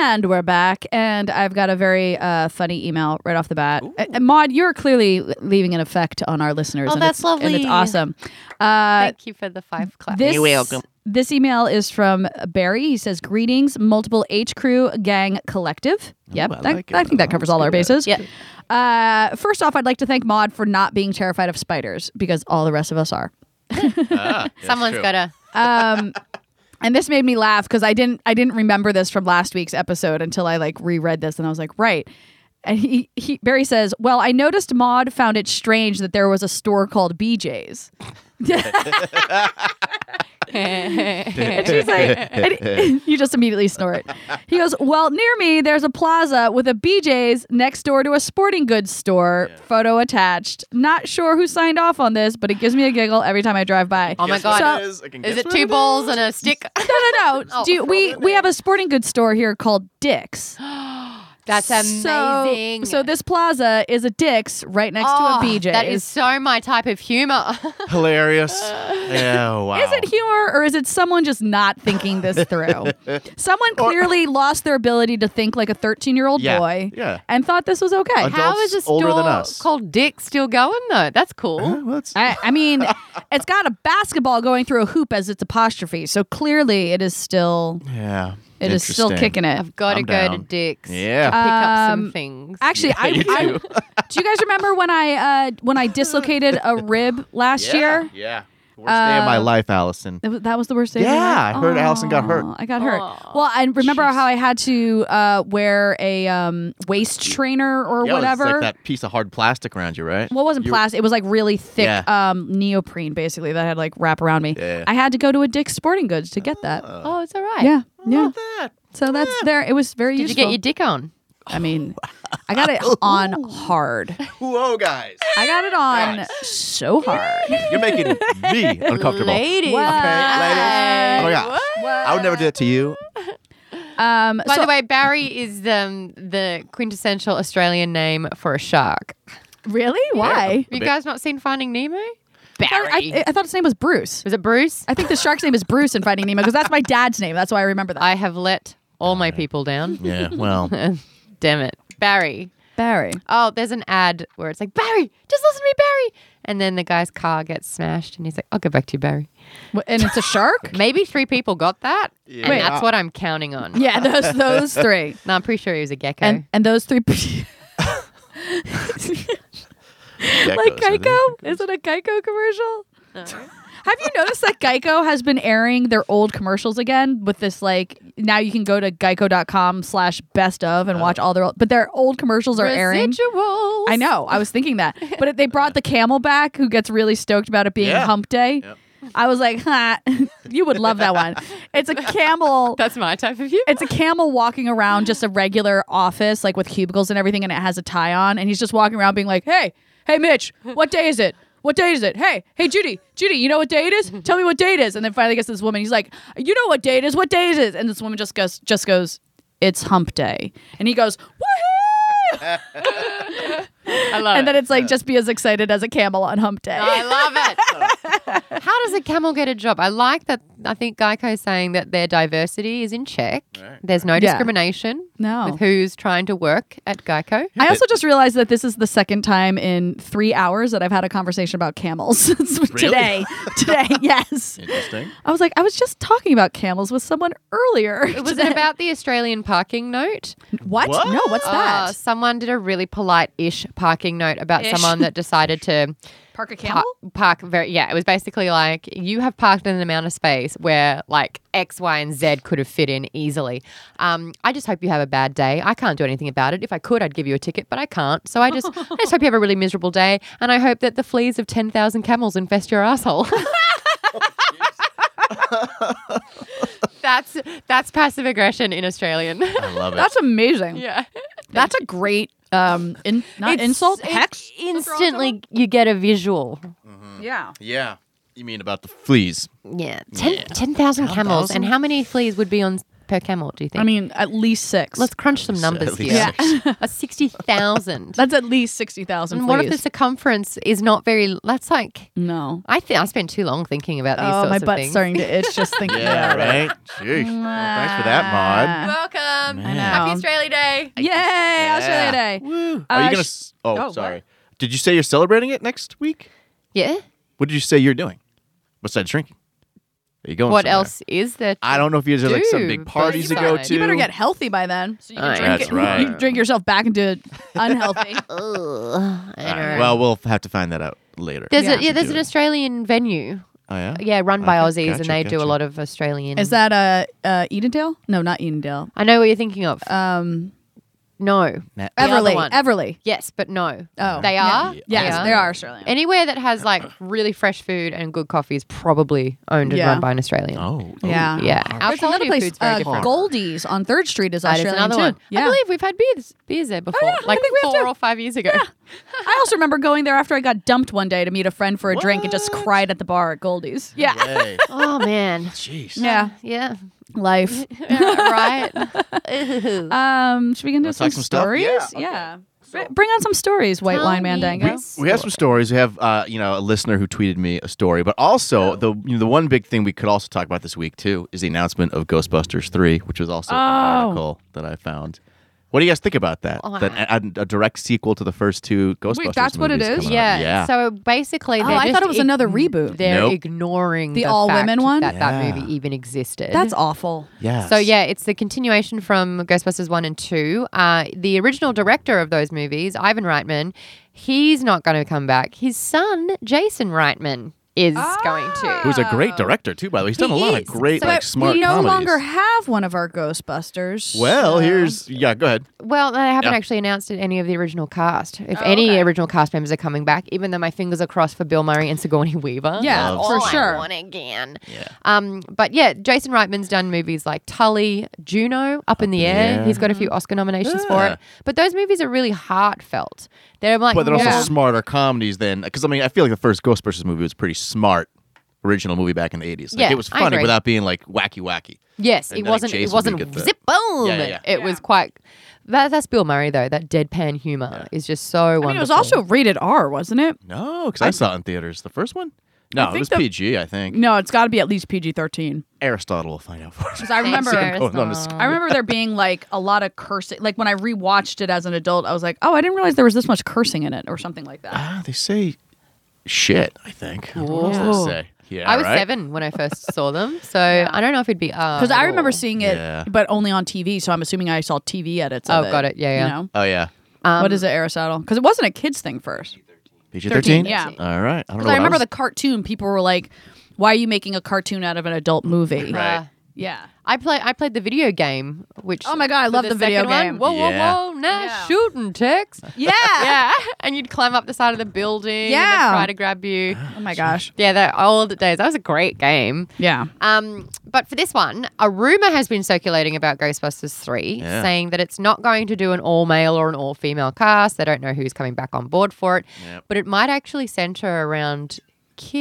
Speaker 3: And we're back, and I've got a very uh, funny email right off the bat. Uh, uh, Maud, you're clearly leaving an effect on our listeners.
Speaker 4: Oh,
Speaker 3: and
Speaker 4: that's
Speaker 3: it's- And it's
Speaker 4: lovely.
Speaker 3: awesome. Uh,
Speaker 4: Thank you for the five clap.
Speaker 3: this, You're welcome. This email is from Barry. He says, "Greetings, multiple H crew gang collective." Yep,
Speaker 2: I
Speaker 3: that-
Speaker 2: like it.
Speaker 3: I think that covers all our bases.
Speaker 4: Yeah.
Speaker 3: Uh, first off, I'd like to thank Maud for not being terrified of spiders because all the rest of us are.
Speaker 4: Someone's got to
Speaker 3: and this made me laugh because I didn't I didn't remember this from last week's episode until I like reread this and I was like, right. And he, he Barry says, Well, I noticed Maud found it strange that there was a store called BJ's.
Speaker 4: and
Speaker 3: She's like, and you just immediately snort. He goes, Well, near me, there's a plaza with a BJ's next door to a sporting goods store, photo attached. Not sure who signed off on this, but it gives me a giggle every time I drive by.
Speaker 4: Oh my
Speaker 2: Guess what
Speaker 4: God.
Speaker 2: it is? I can
Speaker 4: Is
Speaker 2: guess
Speaker 4: it
Speaker 2: what
Speaker 4: two balls and a stick?
Speaker 3: No, no,
Speaker 4: Oh,
Speaker 3: no. Do you- we, we have a sporting goods store here called Dick's.
Speaker 4: That's
Speaker 3: So-
Speaker 4: amazing.
Speaker 3: So, this plaza is a Dick's right next
Speaker 4: Oh,
Speaker 3: to a BJ's.
Speaker 4: That is so my type of humor.
Speaker 2: Hilarious. Oh wow.
Speaker 3: Is it humor or is it someone just not thinking this through? someone clearly lost their ability to think like a 13 year old
Speaker 2: Yeah,
Speaker 3: boy
Speaker 2: yeah.
Speaker 3: and thought this was okay.
Speaker 2: Adult-
Speaker 4: How is
Speaker 2: Adults
Speaker 4: a
Speaker 2: older
Speaker 4: store
Speaker 2: than us.
Speaker 4: called Dick still going though? That's cool.
Speaker 2: Huh? Well, that's-
Speaker 3: I, I mean, it's got a basketball going through a hoop as its apostrophe, so clearly it is still
Speaker 2: yeah.
Speaker 3: it is still
Speaker 2: Interesting.
Speaker 3: kicking it.
Speaker 4: I've got to
Speaker 2: I'm
Speaker 4: go to
Speaker 2: down.
Speaker 4: Dick's.
Speaker 2: Yeah.
Speaker 4: To pick up some
Speaker 3: Um,
Speaker 4: things.
Speaker 3: Actually, I,
Speaker 2: you
Speaker 3: I-
Speaker 2: do.
Speaker 3: do. You guys remember when I uh, when I dislocated a rib last year? Uh,
Speaker 2: Yeah. Worst day of my life, Allison.
Speaker 3: That was, that was the worst day. of my
Speaker 2: Yeah,
Speaker 3: life?
Speaker 2: I heard Allison got hurt.
Speaker 3: Aw, I got hurt. Well, and remember how I had to uh, wear a um, waist trainer or
Speaker 2: Yeah,
Speaker 3: whatever.
Speaker 2: It's like that piece of hard plastic around you, right?
Speaker 3: Well, it wasn't
Speaker 2: You-
Speaker 3: plastic. It was like really thick
Speaker 2: Yeah.
Speaker 3: um, neoprene, basically, that had like wrap around me.
Speaker 2: Yeah.
Speaker 3: I had to go to a Dick's Sporting Goods to get that.
Speaker 4: oh, it's all right.
Speaker 3: yeah, yeah. So that's there. It was very
Speaker 4: Did you
Speaker 3: useful.
Speaker 4: get your dick on?
Speaker 3: I mean, I got it on hard.
Speaker 2: Whoa, guys.
Speaker 3: I got it on so hard.
Speaker 2: You're making me uncomfortable.
Speaker 4: Ladies.
Speaker 2: ladies. Oh my God. I would never do that to you.
Speaker 3: Um,
Speaker 4: By
Speaker 3: so
Speaker 4: the way, Barry is um, the quintessential Australian name for a shark.
Speaker 3: really, why?
Speaker 4: You guys not seen Finding Nemo? Barry.
Speaker 3: I, I, I thought his name was Bruce.
Speaker 4: was it Bruce?
Speaker 3: I think the shark's name is Bruce in Finding Nemo because that's my dad's name. That's why I remember that.
Speaker 4: I have let all my people down.
Speaker 2: Yeah, well,
Speaker 4: Damn it. Barry.
Speaker 3: Barry.
Speaker 4: Oh, there's an ad where it's like, Barry, just listen to me, Barry. And then the guy's car gets smashed and he's like, I'll go back to you, Barry.
Speaker 3: Wh- And it's a shark?
Speaker 4: Maybe three people got that. And
Speaker 2: Wait.
Speaker 4: that's what I'm counting on.
Speaker 3: yeah, those, those three.
Speaker 4: No, I'm pretty sure he was a gecko.
Speaker 3: And, and those three. like
Speaker 2: geckos, I think.
Speaker 3: Geico? Is it a Geico commercial? Have you noticed that Geico has been airing their old commercials again with this like now you can go to geico.com slash best of and watch all their old, but their old commercials are airing.
Speaker 4: Residuals.
Speaker 3: I know. I was thinking that. But it, they brought the camel back who gets really stoked about it being
Speaker 2: Yeah.
Speaker 3: hump day. I was like, huh, you would love that one. It's a camel
Speaker 4: That's my type of humor.
Speaker 3: it's a camel walking around just a regular office, like with cubicles and everything, and it has a tie on, and he's just walking around being like, "Hey, hey, Mitch, what day is it? What day is it? Hey, hey, Judy, Judy, you know what day it is? Tell me what day it is." And then finally gets to this woman. He's like, "You know what day it is? What day is it?" And this woman just goes, just goes, "It's Hump Day," and he goes, "Woohoo!"
Speaker 4: I love
Speaker 3: And
Speaker 4: it. Oh,
Speaker 3: then it's like, just be as excited as a camel on Hump Day.
Speaker 4: I love it. How does a camel get a job? I like that. I think Geico's saying that their diversity is in check. There's no discrimination
Speaker 3: No.
Speaker 4: with who's trying to work at Geico.
Speaker 3: I also just realized that this is the second time in three hours that I've had a conversation about camels today. Today, yes.
Speaker 2: Interesting.
Speaker 3: I was like, I was just talking about camels with someone earlier.
Speaker 4: Was it about the Australian parking note?
Speaker 3: what?
Speaker 2: What?
Speaker 3: No, what's
Speaker 4: Uh,
Speaker 3: that?
Speaker 4: someone did a really polite-ish parking note about someone that decided to
Speaker 3: Park a
Speaker 4: pa- park very. Yeah, it was basically like you have parked in an amount of space where like X, Y, and Z could have fit in easily. Um, I just hope you have a bad day. I can't do anything about it. If I could, I'd give you a ticket, but I can't. So I just, I just hope you have a really miserable day, and I hope that the fleas of ten thousand camels infest your asshole. that's that's passive aggression in Australian.
Speaker 2: I love it.
Speaker 3: That's amazing.
Speaker 4: yeah.
Speaker 3: That's a great um in, not
Speaker 4: It's-
Speaker 3: insult
Speaker 4: it's
Speaker 3: hex.
Speaker 4: Instantly, you get a visual.
Speaker 1: Yeah.
Speaker 2: yeah. You mean about the fleas?
Speaker 4: Yeah, ten ten thousand camels, and how many fleas would be on per camel? Do you think?
Speaker 3: I mean, at least six.
Speaker 4: let's crunch some numbers
Speaker 2: least
Speaker 4: here. Yeah, a sixty thousand.
Speaker 3: That's at least sixty thousand.
Speaker 4: And what if the circumference is not very? That's like
Speaker 3: No.
Speaker 4: I think I spent too long thinking about these
Speaker 3: Oh,
Speaker 4: sorts
Speaker 3: my
Speaker 4: of
Speaker 3: butt's
Speaker 4: things.
Speaker 3: starting to itch just thinking
Speaker 2: Yeah,
Speaker 3: about it.
Speaker 2: right? Jeez. Well, thanks for that, Maud.
Speaker 4: Welcome.
Speaker 2: Man.
Speaker 4: Happy Australia Day.
Speaker 3: Yay! Australia Day.
Speaker 2: Are
Speaker 3: Uh,
Speaker 2: you going
Speaker 3: sh-
Speaker 2: to. Oh, sorry. Did you say you're celebrating it next week?
Speaker 4: Yeah.
Speaker 2: What did you say you're doing? Besides drinking? Are you going
Speaker 4: What
Speaker 2: somewhere?
Speaker 4: else is there?
Speaker 2: I don't know if you guys are like some
Speaker 4: Dude,
Speaker 2: big
Speaker 4: but
Speaker 2: parties to
Speaker 4: you
Speaker 2: go
Speaker 4: fine.
Speaker 2: to.
Speaker 4: You
Speaker 3: You better get healthy by then. So you
Speaker 4: I
Speaker 2: drink That's it- right.
Speaker 3: You can drink yourself back into unhealthy.
Speaker 2: All right. Well, we'll have to find that out later.
Speaker 4: there's
Speaker 3: Yeah.
Speaker 4: a, yeah, there's an Australian venue.
Speaker 2: oh, yeah?
Speaker 4: Yeah, run by
Speaker 2: Okay,
Speaker 4: Aussies,
Speaker 2: gotcha,
Speaker 4: and they do a
Speaker 2: gotcha.
Speaker 4: lot of Australian.
Speaker 3: Is that uh, uh Edendale? No, not Edendale.
Speaker 4: I know what you're thinking of.
Speaker 3: Um,
Speaker 4: No.
Speaker 2: Nat-
Speaker 4: The other
Speaker 3: Everly.
Speaker 4: one.
Speaker 3: Everly.
Speaker 4: Yes, but no.
Speaker 3: Oh.
Speaker 4: They are?
Speaker 3: Yes, they are Australian.
Speaker 4: Anywhere that has like really fresh food and good coffee is probably owned and
Speaker 3: Yeah.
Speaker 4: run by an Australian.
Speaker 2: Oh, oh.
Speaker 3: yeah.
Speaker 4: Yeah. Our
Speaker 3: There's another
Speaker 4: quality
Speaker 3: place,
Speaker 4: food's very
Speaker 3: uh,
Speaker 4: different.
Speaker 3: Goldie's on Third Street is
Speaker 4: That is
Speaker 3: Australian
Speaker 4: another
Speaker 3: too.
Speaker 4: one.
Speaker 3: Yeah. Oh,
Speaker 4: I believe we've had beers beers there before,
Speaker 3: I
Speaker 4: like
Speaker 3: think we have
Speaker 4: four
Speaker 3: too.
Speaker 4: or five years ago.
Speaker 3: I also remember going there after I got dumped one day to meet a friend for a drink and just cried at the bar at Goldie's. Yeah.
Speaker 2: Hey,
Speaker 4: oh man,
Speaker 2: jeez.
Speaker 3: Yeah.
Speaker 4: yeah,
Speaker 3: Life.
Speaker 4: right.
Speaker 3: Um, should we get into
Speaker 2: Wanna
Speaker 3: some,
Speaker 2: talk some stuff?
Speaker 3: stories?
Speaker 2: Yeah,
Speaker 3: Br- Bring on some stories, White
Speaker 4: Tell
Speaker 3: Wine
Speaker 4: me
Speaker 3: Mandango.
Speaker 4: this.
Speaker 2: We have some stories. We have, uh, you know, a listener who tweeted me a story, but also the you know, the one big thing we could also talk about this week too is the announcement of Ghostbusters three, which was
Speaker 4: Oh.
Speaker 2: also an article that I found. What do you guys think about that? That uh, a, a direct sequel to the first two Ghostbusters.
Speaker 3: that's what it
Speaker 2: movies
Speaker 3: is?
Speaker 2: coming out.
Speaker 4: yeah.
Speaker 2: yeah.
Speaker 4: So basically,
Speaker 3: Oh,
Speaker 4: they're
Speaker 3: I
Speaker 4: just
Speaker 3: thought it was
Speaker 4: ig-
Speaker 3: another reboot.
Speaker 4: They're
Speaker 2: Nope.
Speaker 4: ignoring
Speaker 3: The
Speaker 4: the,
Speaker 3: all-women
Speaker 4: fact
Speaker 3: one?
Speaker 4: that
Speaker 2: Yeah.
Speaker 4: that movie even existed.
Speaker 3: That's awful.
Speaker 2: Yes.
Speaker 4: So yeah, it's the continuation from Ghostbusters one and two. Uh, the original director of those movies, Ivan Reitman, he's not going to come back. His son, Jason Reitman, is going to.
Speaker 2: Who's a great director too, by the way. He's done a lot of
Speaker 3: is.
Speaker 2: great, like smart
Speaker 3: we no
Speaker 2: comedies.
Speaker 3: longer have one of our Ghostbusters.
Speaker 2: well, here's yeah. Go ahead.
Speaker 4: Well, they haven't
Speaker 2: Yeah. Oh,
Speaker 4: actually announced any of the original cast. If any original cast members are coming back, even though my fingers are crossed for Bill Murray and Sigourney Weaver.
Speaker 3: Yeah,
Speaker 4: That's
Speaker 3: for
Speaker 4: all I
Speaker 3: sure.
Speaker 4: want again.
Speaker 2: Yeah.
Speaker 4: Um, but yeah, Jason Reitman's done movies like Tully, Juno, Up in the Air.
Speaker 2: Air.
Speaker 4: He's got a
Speaker 3: Mm-hmm.
Speaker 4: few Oscar nominations
Speaker 2: Yeah.
Speaker 4: for it. But those movies are really heartfelt. They're like,
Speaker 2: But they're
Speaker 4: yeah.
Speaker 2: also smarter comedies than because I mean I feel like the first Ghostbusters movie was pretty smart original movie back in the eighties. Like
Speaker 4: Yeah,
Speaker 2: it was
Speaker 4: I
Speaker 2: funny
Speaker 4: agree.
Speaker 2: without being like wacky wacky.
Speaker 4: Yes,
Speaker 2: And
Speaker 4: it
Speaker 2: then, like,
Speaker 4: wasn't.
Speaker 2: Jason
Speaker 4: It
Speaker 2: would
Speaker 4: wasn't
Speaker 2: get the-
Speaker 4: zip boom.
Speaker 2: Yeah, yeah, yeah.
Speaker 4: It was quite. That, that's Bill Murray though. That deadpan humor is just so
Speaker 3: I
Speaker 4: wonderful.
Speaker 3: mean, it was also rated R, wasn't it?
Speaker 2: No, because I, saw it in theaters the first one. No, it
Speaker 3: think
Speaker 2: was
Speaker 3: the-
Speaker 2: PG. I think
Speaker 3: No, it's got to be at least PG thirteen.
Speaker 2: Aristotle will find out for us.
Speaker 3: Because I remember,
Speaker 4: Thanks,
Speaker 2: Going on to
Speaker 4: Aristotle.
Speaker 3: I remember there being like a lot of cursing. Like when I rewatched it as an adult, I was like, oh, I didn't realize there was this much cursing in it, or something like that.
Speaker 2: Ah, they say shit. I think. I don't know What else they say? Yeah,
Speaker 4: I was
Speaker 2: right?
Speaker 4: seven when I first saw them, so I don't know if it'd be uh,
Speaker 3: Because I remember seeing it,
Speaker 2: Oh, Yeah.
Speaker 3: but only on TV. So I'm assuming I saw TV edits. of
Speaker 4: Oh, got it. Yeah, yeah. Um,
Speaker 3: You know?
Speaker 2: Oh yeah,
Speaker 3: what is it, Aristotle? Because it wasn't a kids thing first.
Speaker 2: PG
Speaker 3: 13,
Speaker 2: thirteen.
Speaker 3: yeah.
Speaker 2: All right. I don't know.
Speaker 3: Because I
Speaker 2: what
Speaker 3: remember
Speaker 2: was-
Speaker 3: the cartoon. People were like, "Why are you making a cartoon out of an adult movie?"
Speaker 2: Right.
Speaker 3: Yeah.
Speaker 4: I play. I played the video game, which
Speaker 3: Oh my God, I
Speaker 4: for
Speaker 3: love the video
Speaker 4: second one,
Speaker 3: game.
Speaker 4: Whoa,
Speaker 2: Yeah.
Speaker 4: whoa, whoa! Now
Speaker 3: Yeah.
Speaker 4: shooting text.
Speaker 3: Yeah.
Speaker 4: yeah, and you'd climb up the side of the building.
Speaker 3: Yeah.
Speaker 4: and they'd try to grab you.
Speaker 3: Oh my gosh.
Speaker 4: Yeah, the old days. That was a great game.
Speaker 3: Yeah.
Speaker 4: Um, but for this one, a rumor has been circulating about Ghostbusters 3
Speaker 2: Yeah.
Speaker 4: saying that it's not going to do an all male or an all female cast. They don't know who's coming back on board for it,
Speaker 2: Yep.
Speaker 4: but it might actually center around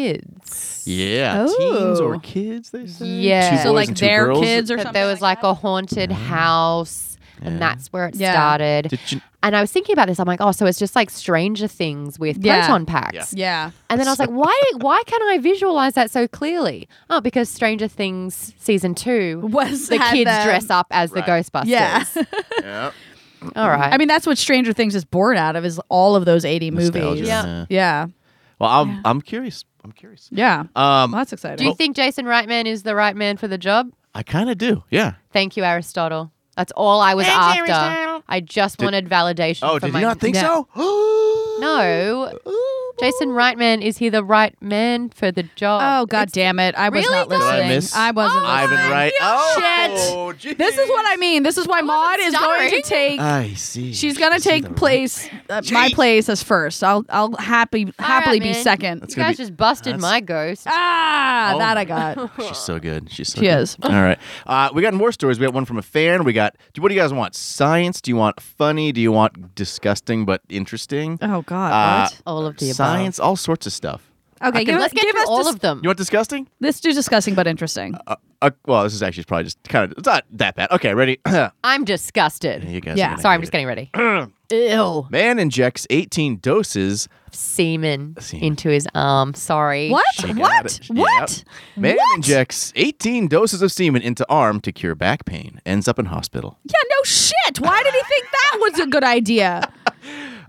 Speaker 4: kids.
Speaker 2: Yeah, teens or kids. They say.
Speaker 4: Yeah. So,
Speaker 2: Two boys
Speaker 3: Oh. like
Speaker 2: and two
Speaker 3: their
Speaker 2: girls.
Speaker 3: kids or
Speaker 4: That
Speaker 3: something.
Speaker 4: there was like,
Speaker 3: that.
Speaker 4: a haunted house, and that's where it
Speaker 3: Yeah.
Speaker 4: started.
Speaker 2: Mm. Did you-
Speaker 4: and I was thinking about this. I'm like, oh, so it's just like Stranger Things with
Speaker 3: Yeah.
Speaker 4: proton packs.
Speaker 3: yeah.
Speaker 4: And then I was like, why why can I visualize that so clearly? Oh, because Stranger Things season two
Speaker 3: Was
Speaker 4: the
Speaker 3: had
Speaker 4: kids
Speaker 3: them.
Speaker 4: dress up as the
Speaker 2: Right.
Speaker 4: Ghostbusters.
Speaker 3: Yeah.
Speaker 2: Yeah.
Speaker 4: All right.
Speaker 3: I mean, that's what Stranger Things is born out of is all of those 80
Speaker 2: Nostalgia,
Speaker 3: movies.
Speaker 4: Yeah.
Speaker 2: yeah.
Speaker 3: Yeah.
Speaker 2: Well, I'm I'm curious. I'm curious.
Speaker 3: Yeah.
Speaker 2: Um,
Speaker 3: Well, that's
Speaker 4: do you
Speaker 3: exciting.
Speaker 4: think Jason Reitman is the right man for the job?
Speaker 2: I kind of do. Yeah.
Speaker 4: Thank you, Aristotle. That's all I was after. I just wanted validation.
Speaker 2: Oh,
Speaker 4: for
Speaker 2: did
Speaker 4: my-
Speaker 2: you not think
Speaker 4: No.
Speaker 2: so?
Speaker 4: No. Jason Reitman is he the right man for the job?
Speaker 3: Oh, God damn it. I was
Speaker 4: Really,
Speaker 3: not
Speaker 4: guys?
Speaker 3: listening.
Speaker 2: Did I miss
Speaker 3: wasn't
Speaker 2: Ivan
Speaker 3: listening.
Speaker 2: Wright. Oh,
Speaker 3: Shit. This is what I mean. This is why Maud is going to
Speaker 4: stuttering.
Speaker 3: take.
Speaker 2: I see.
Speaker 3: She's gonna
Speaker 2: See
Speaker 3: take
Speaker 2: the
Speaker 3: place, uh, my place as first. I'll I'll happy happily be
Speaker 4: man.
Speaker 3: second.
Speaker 4: you
Speaker 2: gonna
Speaker 4: guys
Speaker 2: be-
Speaker 4: just busted
Speaker 2: that's-
Speaker 4: my ghost.
Speaker 3: Ah,
Speaker 2: Oh
Speaker 3: that
Speaker 2: my
Speaker 3: I got.
Speaker 2: right- She's so good. She's so
Speaker 3: She
Speaker 2: good.
Speaker 3: is.
Speaker 2: All right. Uh, we got more stories. We got one from a fan. We got. do- What do you guys want? Science? Do you want funny? Do you want disgusting but interesting?
Speaker 3: Oh
Speaker 2: Uh,
Speaker 3: God,
Speaker 4: all of the above.
Speaker 2: Science. All sorts of stuff.
Speaker 3: what? Okay,
Speaker 4: Okay,
Speaker 3: give,
Speaker 4: let's
Speaker 3: us
Speaker 4: get
Speaker 3: give
Speaker 4: through
Speaker 3: us
Speaker 4: all
Speaker 3: dis-
Speaker 4: of them.
Speaker 2: You want disgusting?
Speaker 3: Let's do disgusting but interesting.
Speaker 2: Uh, uh, well, this is actually probably just kind of. It's not that bad. Okay, ready? you
Speaker 4: I'm disgusted.
Speaker 2: guys. are
Speaker 3: Yeah.
Speaker 2: gonna
Speaker 4: Sorry,
Speaker 2: hate
Speaker 4: I'm just
Speaker 2: it.
Speaker 4: getting ready. Ew.
Speaker 2: Man injects 18 doses
Speaker 4: Semen,
Speaker 2: Semen.
Speaker 4: into his arm. Sorry.
Speaker 3: what?
Speaker 2: Shake it out
Speaker 3: What?
Speaker 2: of-
Speaker 3: What?
Speaker 2: Yep. Man
Speaker 3: What?
Speaker 2: injects 18 doses of semen into arm to cure back pain. Ends up in hospital.
Speaker 3: Yeah, no shit. Why did he think that was a good idea?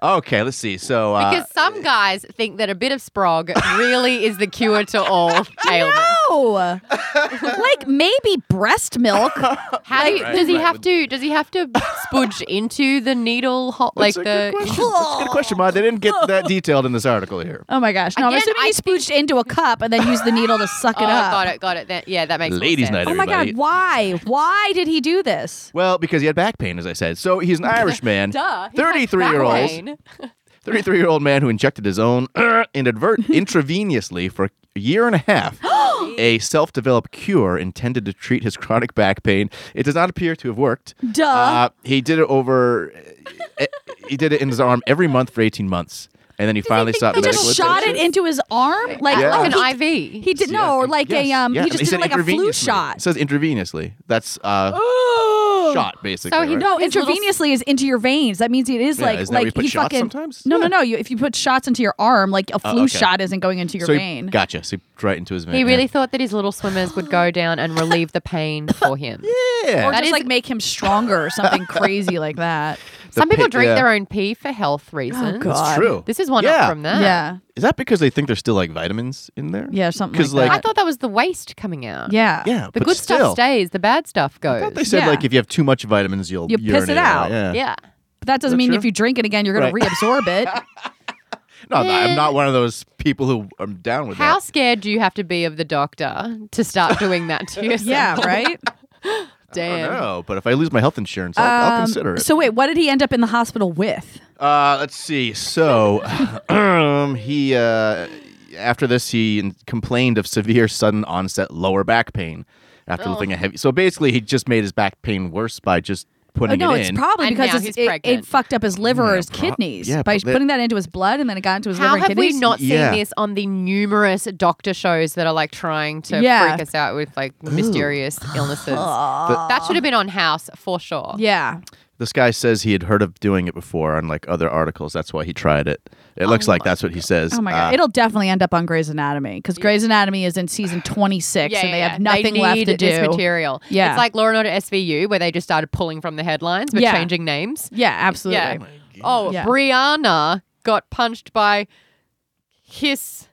Speaker 2: Okay, let's see. So, uh,
Speaker 4: Because some guys think that a bit of sprog really is the cure to all ailments.
Speaker 3: No, like maybe breast milk.
Speaker 4: How do you,
Speaker 2: Right,
Speaker 4: does he
Speaker 2: right.
Speaker 4: have to? Does he have to spudge into the needle? Hot, like
Speaker 2: That's a
Speaker 4: the
Speaker 2: good question. That's a good question, Ma. They didn't get that detailed in this article here.
Speaker 3: Oh my gosh! No, I'm
Speaker 4: Again,
Speaker 3: assuming
Speaker 4: I
Speaker 3: he spooched into a cup and then used the needle to suck it
Speaker 4: oh,
Speaker 3: up.
Speaker 4: got it, got it. That, yeah, that makes more
Speaker 2: Ladies'
Speaker 4: sense.
Speaker 2: night
Speaker 3: Oh my
Speaker 2: everybody.
Speaker 3: god! Why? Why did he do this?
Speaker 2: Well, because he had back pain, as I said. So he's an Irishman,
Speaker 4: Duh, he's like back
Speaker 2: thirty-three-year-old,
Speaker 4: pain.
Speaker 2: thirty-three-year-old man who injected his own inadvert intravenously for a year and a half. a self-developed cure intended to treat his chronic back pain. It does not appear to have worked.
Speaker 3: Duh.
Speaker 2: Uh, he did it over. eh, he did it in his arm every month for eighteen months, and then he finally sought
Speaker 3: He
Speaker 2: medical
Speaker 3: just shot
Speaker 2: attention.
Speaker 3: it into his arm, like
Speaker 2: Yeah.
Speaker 3: like
Speaker 4: Like
Speaker 3: he-
Speaker 4: an IV.
Speaker 3: He did no, or like a
Speaker 2: Yes,
Speaker 3: um.
Speaker 2: yeah,
Speaker 3: He just
Speaker 2: they
Speaker 3: did it
Speaker 2: said
Speaker 3: like a flu
Speaker 2: intravenously.
Speaker 3: shot.
Speaker 2: It says intravenously. That's uh, shot basically.
Speaker 4: So he-
Speaker 2: right?
Speaker 3: No,
Speaker 4: His little s-
Speaker 3: intravenously is into your veins. That means it is
Speaker 2: Yeah,
Speaker 3: like
Speaker 2: isn't that
Speaker 3: like
Speaker 2: where you put
Speaker 3: he
Speaker 2: shots
Speaker 3: fucking.
Speaker 2: sometimes?
Speaker 3: No,
Speaker 2: Yeah. Oh,
Speaker 3: no, no. You if you put shots into your arm, like a flu
Speaker 2: okay.
Speaker 3: shot isn't going into your
Speaker 2: so
Speaker 3: vein.
Speaker 2: He, gotcha. So he right into his vein.
Speaker 4: He
Speaker 2: yeah.
Speaker 4: really thought that his little swimmers would go down and relieve the pain for him.
Speaker 2: Yeah.
Speaker 3: or
Speaker 4: That
Speaker 3: just
Speaker 4: is-
Speaker 3: like make him stronger or something crazy like that.
Speaker 4: Some people
Speaker 2: pit-
Speaker 4: drink
Speaker 2: yeah.
Speaker 4: their own pee for health reasons.
Speaker 3: Oh, God.
Speaker 2: True.
Speaker 4: This is one
Speaker 2: yeah.
Speaker 4: up from that.
Speaker 3: Yeah.
Speaker 2: Is that because they think there's still like vitamins in there?
Speaker 3: Yeah, something
Speaker 2: 'Cause,
Speaker 3: like
Speaker 4: I
Speaker 3: that.
Speaker 4: thought that was the waste coming out.
Speaker 3: Yeah.
Speaker 2: Yeah.
Speaker 4: The
Speaker 2: but
Speaker 4: good
Speaker 2: still.
Speaker 4: stuff stays, the bad stuff
Speaker 2: I
Speaker 4: goes.
Speaker 2: thought they said
Speaker 3: Yeah.
Speaker 2: like if you have too much vitamins, you'll
Speaker 3: You piss it
Speaker 2: urinate it out.
Speaker 3: out.
Speaker 2: Yeah.
Speaker 4: yeah.
Speaker 3: But that doesn't
Speaker 2: Is that
Speaker 3: mean
Speaker 2: true?
Speaker 3: if you drink it again, you're going
Speaker 2: Right.
Speaker 3: to reabsorb it.
Speaker 2: No, I'm not one of those people who are down with
Speaker 4: How
Speaker 2: that.
Speaker 4: scared do you have to be of the doctor to start doing that to yourself?
Speaker 3: yeah, right?
Speaker 2: I
Speaker 4: Damn.
Speaker 2: don't know, but if I lose my health insurance, I'll, I'll
Speaker 3: Um,
Speaker 2: consider it.
Speaker 3: So, wait, what did he end up in the hospital with?
Speaker 2: Uh, let's see. So, um, he uh, after this he in- complained of severe sudden onset lower back pain after lifting a heavy. So basically, he just made his back pain worse by just
Speaker 3: Oh,
Speaker 2: putting
Speaker 3: no,
Speaker 2: it
Speaker 3: it's
Speaker 2: in.
Speaker 3: probably
Speaker 4: And
Speaker 3: because
Speaker 4: now
Speaker 3: it's,
Speaker 4: he's
Speaker 3: it, it
Speaker 4: pregnant.
Speaker 3: fucked up his liver or his
Speaker 2: pro-
Speaker 3: kidness
Speaker 2: yeah,
Speaker 3: by
Speaker 2: but that-
Speaker 3: putting that into his blood and then it got into his
Speaker 4: How
Speaker 3: liver and
Speaker 4: have we
Speaker 3: kidneys.
Speaker 4: not seen
Speaker 2: Yeah.
Speaker 4: this on the numerous doctor shows that are like trying to
Speaker 3: Yeah.
Speaker 4: freak us out with like mysterious illnesses? that should have been on House for sure.
Speaker 3: yeah.
Speaker 2: this guy says he had heard of doing it before on like other articles. That's why he tried it. It looks like that's what he says.
Speaker 3: Oh my god!
Speaker 2: Uh,
Speaker 3: It'll definitely end up on Grey's Anatomy because Grey's Anatomy is in season 26 and they have nothing
Speaker 4: They
Speaker 3: left to
Speaker 4: need
Speaker 3: do.
Speaker 4: This material.
Speaker 3: Yeah.
Speaker 4: It's like Law and Order SVU where they just started pulling from the headlines but
Speaker 3: Yeah.
Speaker 4: changing names.
Speaker 3: Yeah, absolutely.
Speaker 4: Yeah. Oh,
Speaker 3: Yeah.
Speaker 4: Brianna got punched by his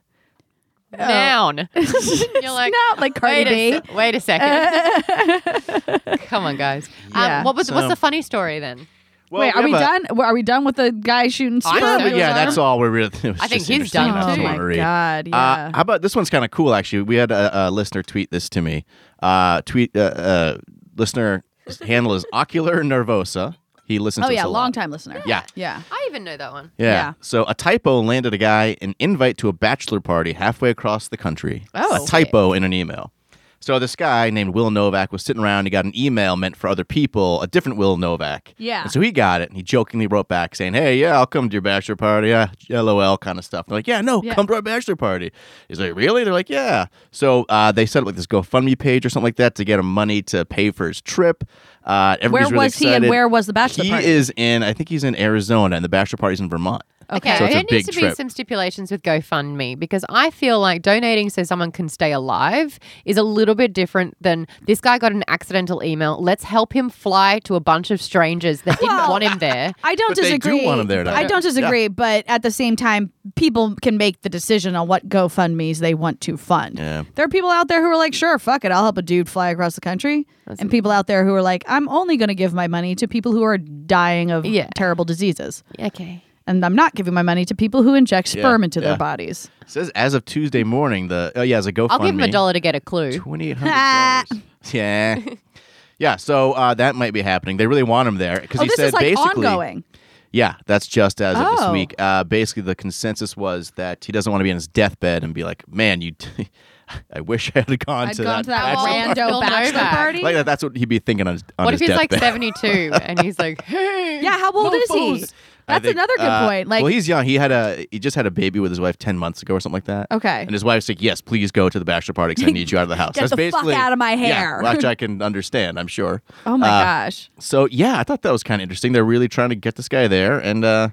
Speaker 4: noun. You're like,
Speaker 3: Not like Oh. Cardi
Speaker 4: wait, a
Speaker 3: B.
Speaker 4: se- wait a second. Come on, guys.
Speaker 3: Yeah.
Speaker 4: Um, what was what's
Speaker 2: So-
Speaker 4: the funny story then?
Speaker 2: well,
Speaker 3: Wait, are we
Speaker 2: have a-
Speaker 3: done? Are we done with the guy shooting
Speaker 4: I
Speaker 3: sperm?
Speaker 4: don't know.
Speaker 2: But yeah, that's all we're really. it was
Speaker 4: I think
Speaker 2: just
Speaker 4: he's
Speaker 2: interesting
Speaker 4: done
Speaker 2: enough
Speaker 3: Oh
Speaker 2: to
Speaker 4: too.
Speaker 2: wanna
Speaker 3: my
Speaker 2: read.
Speaker 3: god! Yeah. Oh
Speaker 2: Uh, how about this one's kind of cool, actually? We had a, a listener tweet this to me. Uh, tweet uh, uh, listener handle is Ocular Nervosa. He listens
Speaker 3: oh
Speaker 2: to
Speaker 3: yeah,
Speaker 2: us a lot.
Speaker 3: long time listener.
Speaker 2: Yeah.
Speaker 3: Yeah.
Speaker 4: I even know that one.
Speaker 2: yeah.
Speaker 3: Yeah.
Speaker 2: So a typo landed a guy an invite to a bachelor party halfway across the country.
Speaker 4: Oh.
Speaker 2: A typo in an email. So this guy named Will Novak was sitting around. He got an email meant for other people, a different Will Novak.
Speaker 3: Yeah.
Speaker 2: And so he got it, and he jokingly wrote back saying, "Hey, yeah, I'll come to your bachelor party, uh, lol, kind of stuff." They're like, "Yeah, no,
Speaker 3: Yeah.
Speaker 2: come to our bachelor party." He's like, "Really?" They're like, "Yeah." So uh, they set up like this GoFundMe page or something like that to get him money to pay for his trip. Uh, everybody's
Speaker 3: Where
Speaker 2: really
Speaker 3: was he and
Speaker 2: excited.
Speaker 3: where was the bachelor
Speaker 2: He
Speaker 3: party?
Speaker 2: is in, I think he's in Arizona, and the bachelor party's in Vermont.
Speaker 3: Oh.
Speaker 4: Okay,
Speaker 2: So it's a
Speaker 4: there
Speaker 2: big
Speaker 4: needs to be
Speaker 2: trip.
Speaker 4: some stipulations with GoFundMe because I feel like donating so someone can stay alive is a little bit different than this guy got an accidental email. Let's help him fly to a bunch of strangers that didn't want him there.
Speaker 3: I don't
Speaker 2: But they do
Speaker 3: disagree.
Speaker 2: want him there now.
Speaker 3: I don't disagree, but at the same time, people can make the decision on what GoFundmes they want to fund.
Speaker 2: Yeah.
Speaker 3: There are people out there who are like, sure, fuck it, I'll help a dude fly across the country. and people out there who are like, I'm only going to give my money to people who are dying of
Speaker 4: Yeah.
Speaker 3: terrible diseases.
Speaker 4: Okay.
Speaker 3: And I'm not giving my money to people who inject sperm into
Speaker 2: yeah.
Speaker 3: their bodies.
Speaker 2: It says as of Tuesday morning, the oh yeah, as a GoFundMe.
Speaker 4: I'll give him a dollar to get a clue.
Speaker 2: Twenty eight hundred dollars. yeah. Yeah, so uh, that might be happening. They really want him there because
Speaker 3: Oh,
Speaker 2: he
Speaker 3: this
Speaker 2: said
Speaker 3: is like
Speaker 2: basically,
Speaker 3: ongoing.
Speaker 2: yeah, that's just as of this
Speaker 3: Oh.
Speaker 2: week. Uh, basically, the consensus was that he doesn't want to be on his deathbed and be like, "Man, you, I wish I had gone
Speaker 3: I'd
Speaker 2: to
Speaker 3: gone
Speaker 2: that."
Speaker 3: to that
Speaker 2: bachelor
Speaker 4: bachelor
Speaker 3: rando
Speaker 4: party.
Speaker 3: bachelor
Speaker 4: Novak.
Speaker 3: party.
Speaker 2: Like that, that's what he'd be thinking on his on
Speaker 4: What if
Speaker 2: his
Speaker 4: he's like
Speaker 2: deathbed.
Speaker 4: 72 and he's like, hey.
Speaker 3: yeah, how old is he?
Speaker 4: mofos.
Speaker 2: I
Speaker 3: That's
Speaker 2: think,
Speaker 3: another good
Speaker 2: uh,
Speaker 3: point. Like,
Speaker 2: well, he's young. He had a he just had a baby with his wife ten months ago or something like that.
Speaker 3: Okay.
Speaker 2: And his wife's like, "Yes, please go to the bachelor party because I need you out of the house."
Speaker 3: Get
Speaker 2: That's
Speaker 3: the fuck
Speaker 2: basically
Speaker 3: out of my hair.
Speaker 2: Yeah, well, which I can understand. I'm sure.
Speaker 3: oh my
Speaker 2: Uh,
Speaker 3: gosh,
Speaker 2: So yeah, I thought that was kind of interesting. They're really trying to get this guy there, and uh,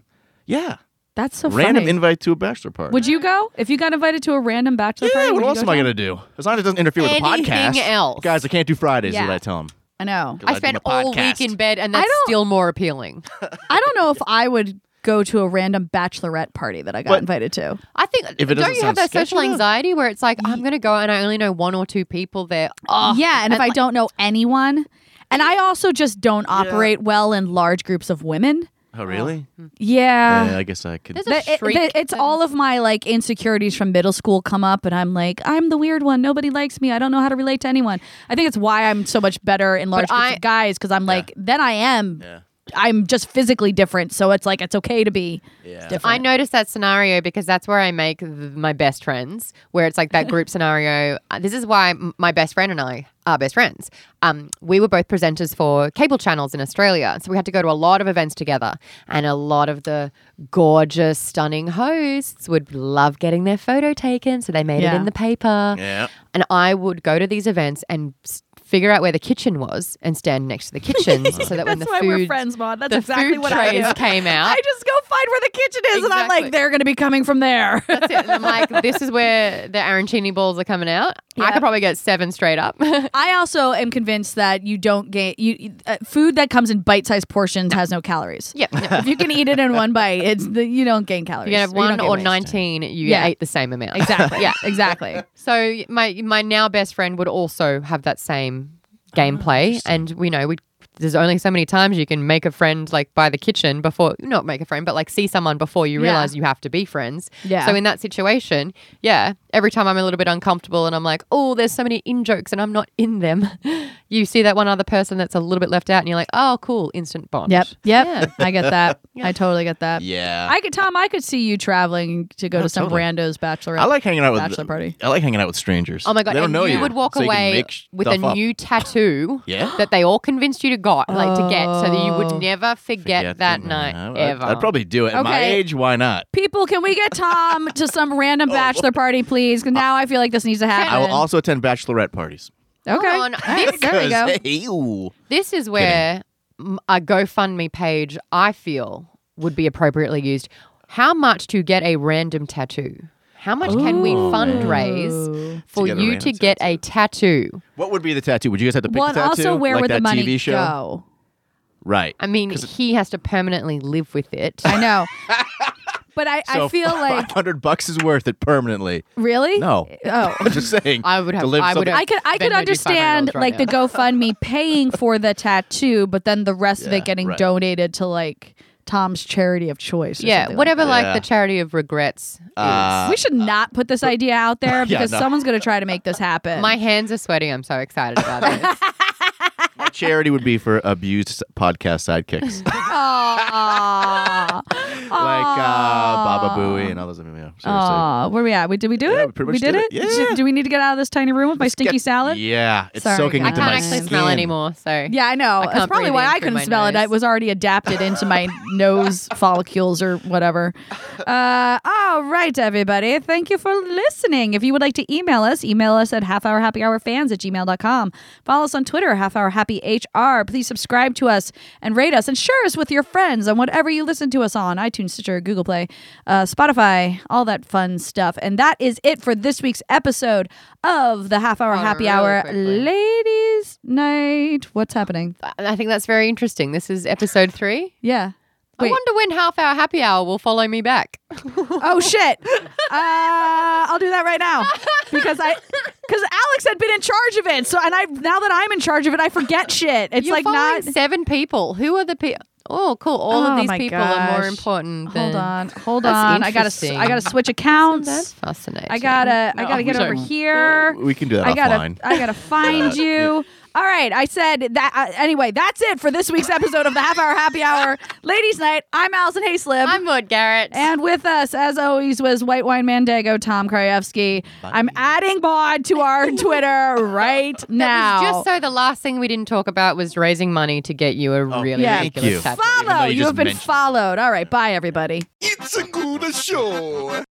Speaker 2: yeah,
Speaker 3: that's so
Speaker 2: random
Speaker 3: funny.
Speaker 2: invite to a bachelor party.
Speaker 3: Would you go if you got invited to a random bachelor
Speaker 2: yeah,
Speaker 3: party?
Speaker 2: what
Speaker 3: would you
Speaker 2: else
Speaker 3: go
Speaker 2: am I
Speaker 3: to?
Speaker 2: gonna do? As long as it doesn't interfere with the
Speaker 4: Anything
Speaker 2: podcast,
Speaker 4: else.
Speaker 2: guys. I can't do Fridays. Is
Speaker 3: Yeah.
Speaker 2: what I tell them.
Speaker 3: I know.
Speaker 4: I
Speaker 2: do
Speaker 4: spent
Speaker 2: my
Speaker 4: all
Speaker 2: podcast.
Speaker 4: week in bed and
Speaker 3: I
Speaker 4: that's
Speaker 3: don't-
Speaker 4: still more appealing.
Speaker 3: I don't know if I would go to a random bachelorette party that I got
Speaker 2: But-
Speaker 3: invited to.
Speaker 4: I think
Speaker 2: If it
Speaker 4: don't
Speaker 2: doesn't
Speaker 4: you have
Speaker 2: sound
Speaker 4: that
Speaker 2: sketchy,
Speaker 4: social
Speaker 2: I don't know.
Speaker 4: anxiety where it's like I'm going to go and I only know one or two people there. Oh,
Speaker 3: yeah, and if I don't know anyone, and I also just don't operate well in large groups of women.
Speaker 2: Oh, really?
Speaker 3: Yeah.
Speaker 2: Yeah, I guess I could.
Speaker 4: There's
Speaker 3: That- it-
Speaker 4: shriek
Speaker 3: that- it's all of my like insecurities from middle school come up and i'm like i'm the weird one nobody likes me i don't know how to relate to anyone i think it's why i'm so much better in large groups
Speaker 4: I-
Speaker 3: of guys because i'm like then i am
Speaker 2: Yeah.
Speaker 3: i'm just physically different so it's like it's okay to be
Speaker 2: Yeah.
Speaker 3: different
Speaker 4: I noticed that scenario because that's where I make th- my best friends, where it's like that group scenario. Uh, This is why m- my best friend and I are best friends. Um, we were both presenters for cable channels in Australia. So we had to go to a lot of events together. And a lot of the gorgeous, stunning hosts would love getting their photo taken. So they made it
Speaker 3: Yeah.
Speaker 4: in the paper.
Speaker 2: Yeah.
Speaker 4: And I would go to these events and s- figure out where the kitchen was and stand next to the kitchen so that when the
Speaker 3: that's why
Speaker 4: food
Speaker 3: we're friends mod that's
Speaker 4: the
Speaker 3: exactly
Speaker 4: food
Speaker 3: what i
Speaker 4: trays
Speaker 3: do
Speaker 4: came out.
Speaker 3: i just go find where the kitchen is and i'm
Speaker 4: Exactly.
Speaker 3: like they're gonna be coming from there
Speaker 4: That's it. And I'm like, this is where the arancini balls are coming out. I could probably get seven straight up.
Speaker 3: I also am convinced that you don't gain you uh, food that comes in bite-sized portions has no calories.
Speaker 4: Yep.
Speaker 3: if you can eat it in one bite, it's the, you don't gain calories.
Speaker 4: you can have
Speaker 3: you
Speaker 4: one
Speaker 3: don't gain
Speaker 4: or
Speaker 3: waste.
Speaker 4: 19, you
Speaker 3: Yeah.
Speaker 4: ate the same amount.
Speaker 3: Exactly.
Speaker 4: yeah.
Speaker 3: yeah, exactly.
Speaker 4: So my my now best friend would also have that same gameplay. and we know we there's only so many times you can make a friend like by the kitchen before not make a friend, but like see someone before you
Speaker 3: Yeah.
Speaker 4: realize you have to be friends.
Speaker 3: Yeah.
Speaker 4: So in that situation, yeah, every time I'm a little bit uncomfortable and I'm like, oh, there's so many in jokes and I'm not in them. You see that one other person that's a little bit left out and you're like, oh, cool, instant bond.
Speaker 3: Yep. Yep. I get that. I totally get that.
Speaker 2: Yeah.
Speaker 3: I could, Tom. I could see you traveling to go to some
Speaker 2: totally.
Speaker 3: rando's bachelorette.
Speaker 2: I like hanging out with
Speaker 3: bachelor party.
Speaker 2: I like hanging out with strangers.
Speaker 4: Oh my god!
Speaker 2: They don't
Speaker 4: and
Speaker 2: know you.
Speaker 4: would walk
Speaker 2: so you can
Speaker 4: away
Speaker 2: make sh-
Speaker 4: with a
Speaker 2: stuff up.
Speaker 4: new tattoo
Speaker 2: Yeah.
Speaker 4: that they all convinced you to got like to get, so that you
Speaker 3: Oh.
Speaker 4: would never forget,
Speaker 2: Forget
Speaker 4: that
Speaker 2: them,
Speaker 4: night
Speaker 2: man. I- I'd-
Speaker 4: ever.
Speaker 2: I'd probably do it. At my
Speaker 3: Okay.
Speaker 2: age, why not?
Speaker 3: People, can we get Tom to some random bachelor party, please? Because now I feel like this needs to happen.
Speaker 2: Oh. I will also attend bachelorette parties.
Speaker 3: okay.
Speaker 4: Hold on. This,
Speaker 3: There we go.
Speaker 2: 'Cause, hey, ooh.
Speaker 4: this is where m- a GoFundMe page I feel would be appropriately used. How much to get a random tattoo? How much can we fundraise for
Speaker 2: To get a
Speaker 4: you
Speaker 2: random
Speaker 4: to get a tattoo?
Speaker 2: What would be the tattoo? Would you guys have to pick
Speaker 3: Well,
Speaker 2: the
Speaker 3: and
Speaker 2: tattoo?
Speaker 3: also, where
Speaker 2: like
Speaker 3: would
Speaker 2: that
Speaker 3: the money
Speaker 2: TV show?
Speaker 3: go?
Speaker 2: Right.
Speaker 4: I mean, he has to permanently live with it.
Speaker 3: I know. But I,
Speaker 2: So
Speaker 3: I feel like
Speaker 2: 500 bucks is worth it permanently.
Speaker 3: really
Speaker 2: No.
Speaker 3: Oh.
Speaker 2: I'm just saying.
Speaker 4: I would have-
Speaker 2: To live
Speaker 4: I would
Speaker 2: something-
Speaker 4: have-
Speaker 3: I could I
Speaker 4: Venmo
Speaker 3: could
Speaker 4: do
Speaker 3: understand
Speaker 4: $500 right
Speaker 3: like the
Speaker 4: now.
Speaker 3: GoFundMe paying for the tattoo, but then the rest of
Speaker 2: Yeah,
Speaker 3: it getting
Speaker 2: right.
Speaker 3: donated to like Tom's charity of choice. Or
Speaker 4: yeah,
Speaker 3: something
Speaker 4: whatever, like,
Speaker 2: Yeah.
Speaker 4: the charity of regrets. Uh,
Speaker 3: Like that. We should not put this idea out there because
Speaker 2: Uh, no.
Speaker 3: someone's going to try to make this happen.
Speaker 4: My hands are sweaty. I'm so excited about this.
Speaker 2: My charity would be for abused podcast sidekicks
Speaker 3: Aw.
Speaker 2: like uh, Baba Booey and all those. Yeah, seriously.
Speaker 3: Aw. where we at? We did we do
Speaker 2: Yeah,
Speaker 3: it?
Speaker 2: we pretty much
Speaker 3: did,
Speaker 2: did
Speaker 3: it.
Speaker 2: it. Yeah.
Speaker 3: Do we need to get out of this tiny room with my stinky
Speaker 2: Get-
Speaker 3: salad?
Speaker 2: Yeah, it's
Speaker 3: Sorry,
Speaker 2: soaking
Speaker 4: I
Speaker 3: guys.
Speaker 2: into
Speaker 4: can't
Speaker 2: my
Speaker 4: actually smell
Speaker 2: skin.
Speaker 4: anymore. So
Speaker 3: Yeah, I know.
Speaker 4: I
Speaker 3: That's
Speaker 4: can't
Speaker 3: probably
Speaker 4: breathe
Speaker 3: why
Speaker 4: in
Speaker 3: I
Speaker 4: through
Speaker 3: couldn't
Speaker 4: my
Speaker 3: smell it.
Speaker 4: nose.
Speaker 3: It was already adapted into my nose follicles or whatever. Uh, all right, everybody. Thank you for listening. If you would like to email us, email us at halfhourhappyhourfans at gmail.com. Follow us on Twitter, halfhourhappyhr. Please subscribe to us and rate us and share us with your friends on whatever you listen to us on iTunes, Stitcher, Google Play, uh, Spotify, all that fun stuff. And that is it for this week's episode of the Half Hour
Speaker 4: Hold on,
Speaker 3: Happy
Speaker 4: really
Speaker 3: Hour
Speaker 4: quickly.
Speaker 3: Ladies' Night. What's happening?
Speaker 4: And I think that's very interesting. This is episode three.
Speaker 3: Yeah.
Speaker 4: I
Speaker 3: Wait.
Speaker 4: wonder when half hour happy hour will follow me back.
Speaker 3: oh shit. Uh, I'll do that right now because I because Alex had been in charge of it. So and I now that I'm in charge of it, I forget shit. It's
Speaker 4: You're
Speaker 3: like
Speaker 4: following
Speaker 3: not.
Speaker 4: seven people. Who are the people? Oh, cool. All
Speaker 3: Oh
Speaker 4: of these
Speaker 3: my
Speaker 4: people are more
Speaker 3: gosh.
Speaker 4: important.
Speaker 3: Hold
Speaker 4: than-
Speaker 3: on, hold
Speaker 4: That's
Speaker 3: on. I gotta s- I
Speaker 4: interesting.
Speaker 3: gotta switch accounts.
Speaker 4: That's fascinating.
Speaker 3: I gotta I
Speaker 4: No,
Speaker 3: gotta get
Speaker 4: sorry.
Speaker 3: over here.
Speaker 2: We can do that
Speaker 3: I gotta
Speaker 2: offline.
Speaker 3: I gotta find you. All right, I said that. Uh, anyway, that's it for this week's episode of the Half Hour Happy Hour, Ladies' Night. I'm Allison Hayslip.
Speaker 4: I'm Maud Garrett.
Speaker 3: And with us, as always, was White Wine Mandago Tom Krajewski. I'm adding Bod to our Twitter right now.
Speaker 4: just so the last thing we didn't talk about was raising money to get you a really
Speaker 3: yeah. Thank
Speaker 4: ridiculous
Speaker 2: you.
Speaker 4: tattoo.
Speaker 2: Even
Speaker 3: Follow.
Speaker 2: though you
Speaker 3: You,
Speaker 2: just
Speaker 3: have been
Speaker 2: mentioned it.
Speaker 3: followed. All right. Bye, everybody.
Speaker 6: It's a good show.